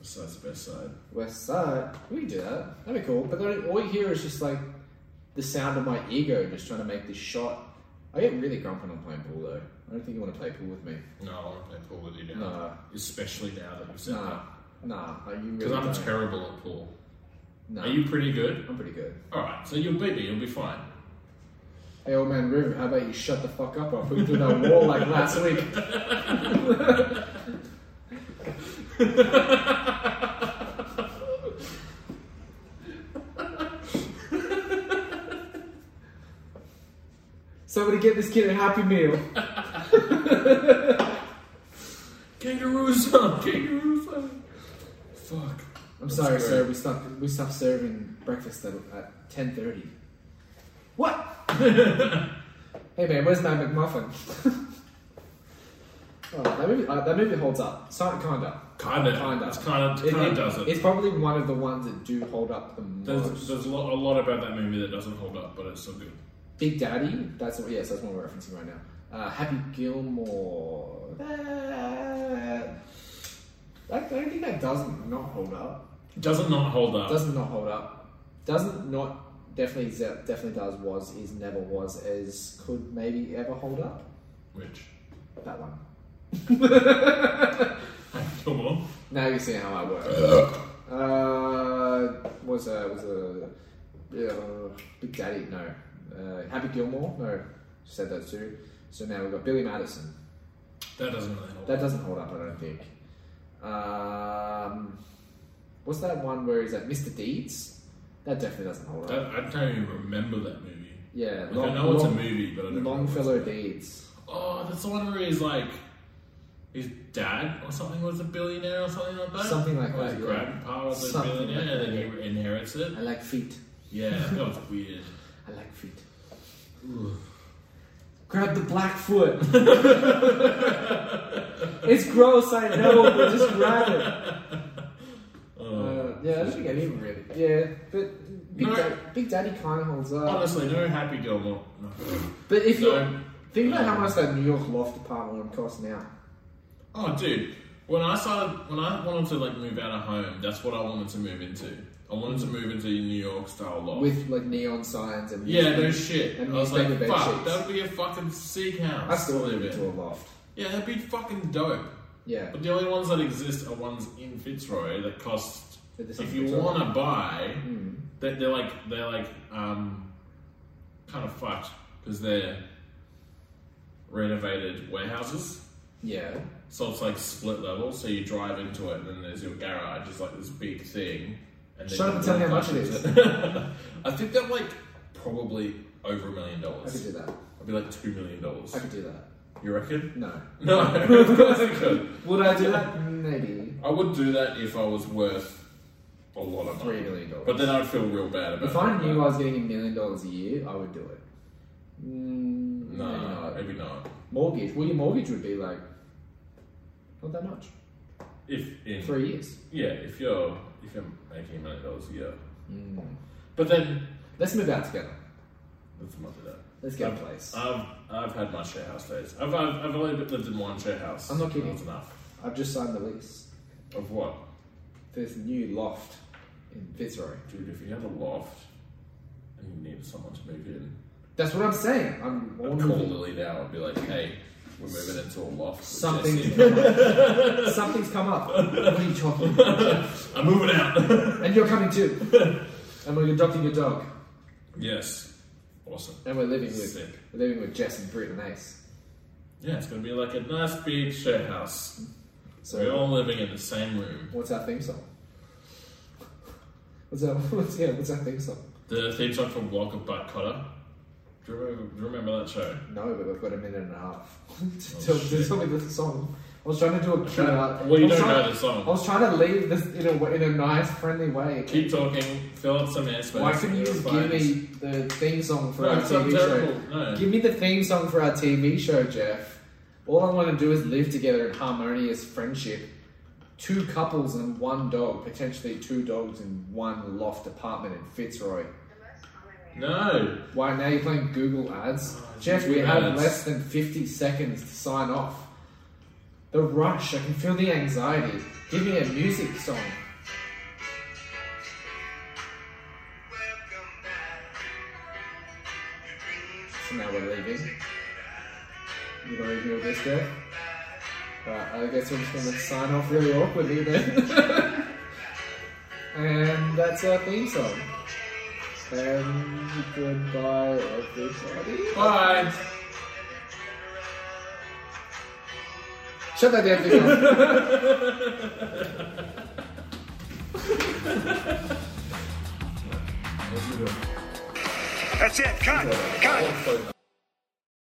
Speaker 9: Besides the best side.
Speaker 8: West Side. We can do that. That'd be cool. But then all you hear is just like the sound of my ego just trying to make this shot. I get really grumpy when I'm playing pool though. I don't think you want to play pool with me.
Speaker 9: No, I want to play pool with you now.
Speaker 8: Nah.
Speaker 9: Especially now that you've said
Speaker 8: Nah,
Speaker 9: that.
Speaker 8: nah. Are you really?
Speaker 9: Because I'm
Speaker 8: don't.
Speaker 9: terrible at pool.
Speaker 8: Nah.
Speaker 9: Are you pretty good?
Speaker 8: I'm pretty good.
Speaker 9: Alright, so you'll beat me, you'll be fine.
Speaker 8: Hey, old man Riv, how about you shut the fuck up? I'll put you through that wall like last week. Somebody get this kid a happy meal.
Speaker 9: Kangaroo <laughs> song! Kangaroo song! Fuck.
Speaker 8: I'm sorry,
Speaker 9: great.
Speaker 8: sir. We stopped. We stopped serving breakfast at, at 10:30. What? <laughs> hey, man, where's my McMuffin? <laughs> oh, that movie. Uh, that movie holds up. So, kinda.
Speaker 9: Kinda.
Speaker 8: Kinda.
Speaker 9: It's kinda,
Speaker 8: It-
Speaker 9: kinda
Speaker 8: it-
Speaker 9: doesn't.
Speaker 8: It's probably one of the ones that do hold up the
Speaker 9: There's,
Speaker 8: most.
Speaker 9: there's a, lot, a lot about that movie that doesn't hold up, but it's still good.
Speaker 8: Big Daddy. That's what. Yes, that's what we're referencing right now. Uh, Happy Gilmore. That, I don't think that doesn't not hold up.
Speaker 9: Doesn't not hold up.
Speaker 8: doesn't not hold up. Doesn't not definitely ze- definitely does was is never was as could maybe ever hold up.
Speaker 9: Which?
Speaker 8: That one.
Speaker 9: Come on.
Speaker 8: Now you see how I work. uh, was a was a uh, Big Daddy? No, uh, Happy Gilmore? No, said those two. So now we've got Billy Madison.
Speaker 9: That doesn't really hold
Speaker 8: That
Speaker 9: up.
Speaker 8: doesn't hold up, I don't think. Um, what's that one where he's at Mr. Deeds? That definitely doesn't hold up.
Speaker 9: That, I don't even remember that movie.
Speaker 8: Yeah,
Speaker 9: Like, I know it's a movie, but I don't remember
Speaker 8: Longfellow
Speaker 9: what it's
Speaker 8: Deeds.
Speaker 9: Oh, that's the one where he's like, his dad or something was a billionaire or something like that.
Speaker 8: Something like
Speaker 9: or
Speaker 8: that,
Speaker 9: His
Speaker 8: yeah.
Speaker 9: grandpa was a
Speaker 8: Something
Speaker 9: billionaire,
Speaker 8: like
Speaker 9: and
Speaker 8: that,
Speaker 9: then he inherits
Speaker 8: <laughs>
Speaker 9: it.
Speaker 8: I like feet.
Speaker 9: Yeah, that was weird.
Speaker 8: I like feet. Grab the Blackfoot. <laughs> it's gross, I know, but just grab it.
Speaker 9: Oh.
Speaker 8: Uh, yeah, I don't think any of them really. Yeah, but Big,
Speaker 9: No.
Speaker 8: Daddy, Big Daddy kind of holds up.
Speaker 9: Honestly, no Happy Gilmore. No.
Speaker 8: but if
Speaker 9: no.
Speaker 8: you think about how much that New York loft apartment would cost now.
Speaker 9: Oh, dude, when I started, when I wanted to like move out of home, that's what I wanted to move into. I wanted to move into a New York style loft.
Speaker 8: With like neon signs and
Speaker 9: Oh. yeah, no shit.
Speaker 8: And
Speaker 9: I was like,
Speaker 8: newspaper bed
Speaker 9: fuck,
Speaker 8: sheets.
Speaker 9: that would be a fucking sick house.
Speaker 8: I still
Speaker 9: to
Speaker 8: live
Speaker 9: live
Speaker 8: into a
Speaker 9: in.
Speaker 8: loft.
Speaker 9: Yeah, that'd be fucking dope.
Speaker 8: Yeah,
Speaker 9: But the only ones that exist are ones in Fitzroy that cost.
Speaker 8: They're the Hmm. same
Speaker 9: If you
Speaker 8: Fitzroy.
Speaker 9: want to buy, they're, they're like they're like um, kind of fucked because they're renovated warehouses.
Speaker 8: yeah,
Speaker 9: So it's like split level. So you drive into it, and then there's your garage. It's like this big thing. And then
Speaker 8: Shut up
Speaker 9: you
Speaker 8: and tell me how much it
Speaker 9: drive
Speaker 8: is.
Speaker 9: into it. <laughs> I think they're like probably over a million
Speaker 8: I could
Speaker 9: dollars.
Speaker 8: do that.
Speaker 9: I'd be like two million dollars.
Speaker 8: I could do that.
Speaker 9: You reckon?
Speaker 8: No.
Speaker 9: No, <laughs> of course I could.
Speaker 8: Would I do that? Maybe.
Speaker 9: I would do that if I was worth a lot of money.
Speaker 8: Three million dollars.
Speaker 9: But then I'd feel real bad about
Speaker 8: If I
Speaker 9: it.
Speaker 8: knew I was getting a million dollars a year, I would do it. Mm,
Speaker 9: No,
Speaker 8: maybe not.
Speaker 9: maybe not.
Speaker 8: Mortgage. Well, your mortgage would be like not that much.
Speaker 9: If in
Speaker 8: Three years.
Speaker 9: yeah, if you're if you're making a million dollars a year,
Speaker 8: Mm.
Speaker 9: but then
Speaker 8: Let's move out together.
Speaker 9: let's not do that.
Speaker 8: Let's get a
Speaker 9: I've-
Speaker 8: place.
Speaker 9: I've I've had my share house days. I've I've, I've only lived in one share house.
Speaker 8: I'm not
Speaker 9: That
Speaker 8: kidding.
Speaker 9: was enough.
Speaker 8: I've just signed the lease
Speaker 9: Of what,
Speaker 8: for this new loft in Fitzroy.
Speaker 9: dude? If you had a loft and you needed someone to move in,
Speaker 8: That's what I'm saying. I'm
Speaker 9: I'd
Speaker 8: I'm
Speaker 9: call
Speaker 8: moving.
Speaker 9: Lily now and be like, hey, we're moving into a loft. with <laughs>
Speaker 8: Something's
Speaker 9: Jesse.
Speaker 8: come up. Something's come up. What are you talking about?
Speaker 9: I'm moving out. <laughs>
Speaker 8: And you're coming too. And we're adopting your dog.
Speaker 9: yes, awesome.
Speaker 8: And we're living with
Speaker 9: Sick.
Speaker 8: we're living with Jess and Britt and Ace.
Speaker 9: Yeah, it's gonna be like a nice big share house.
Speaker 8: So
Speaker 9: We're all living in the same room.
Speaker 8: What's our theme song? What's our <laughs> what's, yeah? What's our theme song?
Speaker 9: The theme song from Walker Butt Cotter. Do you remember, do you remember that show?
Speaker 8: No, but we've got a minute and a half to,
Speaker 9: Oh,
Speaker 8: tell to
Speaker 9: shit.
Speaker 8: tell me the song. I was trying to do a cute.
Speaker 9: Well, you don't know the song.
Speaker 8: I was trying to leave this in a w- in a nice, friendly way.
Speaker 9: Keep talking, fill up some airspace.
Speaker 8: Why couldn't you
Speaker 9: You're
Speaker 8: just
Speaker 9: fine.
Speaker 8: give me the theme song for
Speaker 9: No,
Speaker 8: our
Speaker 9: it's not
Speaker 8: TV
Speaker 9: terrible,
Speaker 8: show?
Speaker 9: no.
Speaker 8: Give me the theme song for our TV show, Jeff. All I want to do is live together in harmonious friendship. Two couples and one dog, potentially two dogs in one loft apartment in Fitzroy.
Speaker 9: No.
Speaker 8: Why now you're playing Google ads? Jeff, we
Speaker 9: Google
Speaker 8: have
Speaker 9: ads.
Speaker 8: less than 50 seconds to sign off. The rush, I can feel the anxiety. Give me a music song. So now we're leaving. You gonna leave me with this guy? Alright, I guess we're just gonna sign off really awkwardly then. <laughs> and that's our theme song. And goodbye, everybody.
Speaker 9: Bye.
Speaker 8: Shut that damn thing off.
Speaker 2: That's it. Cut. Cut.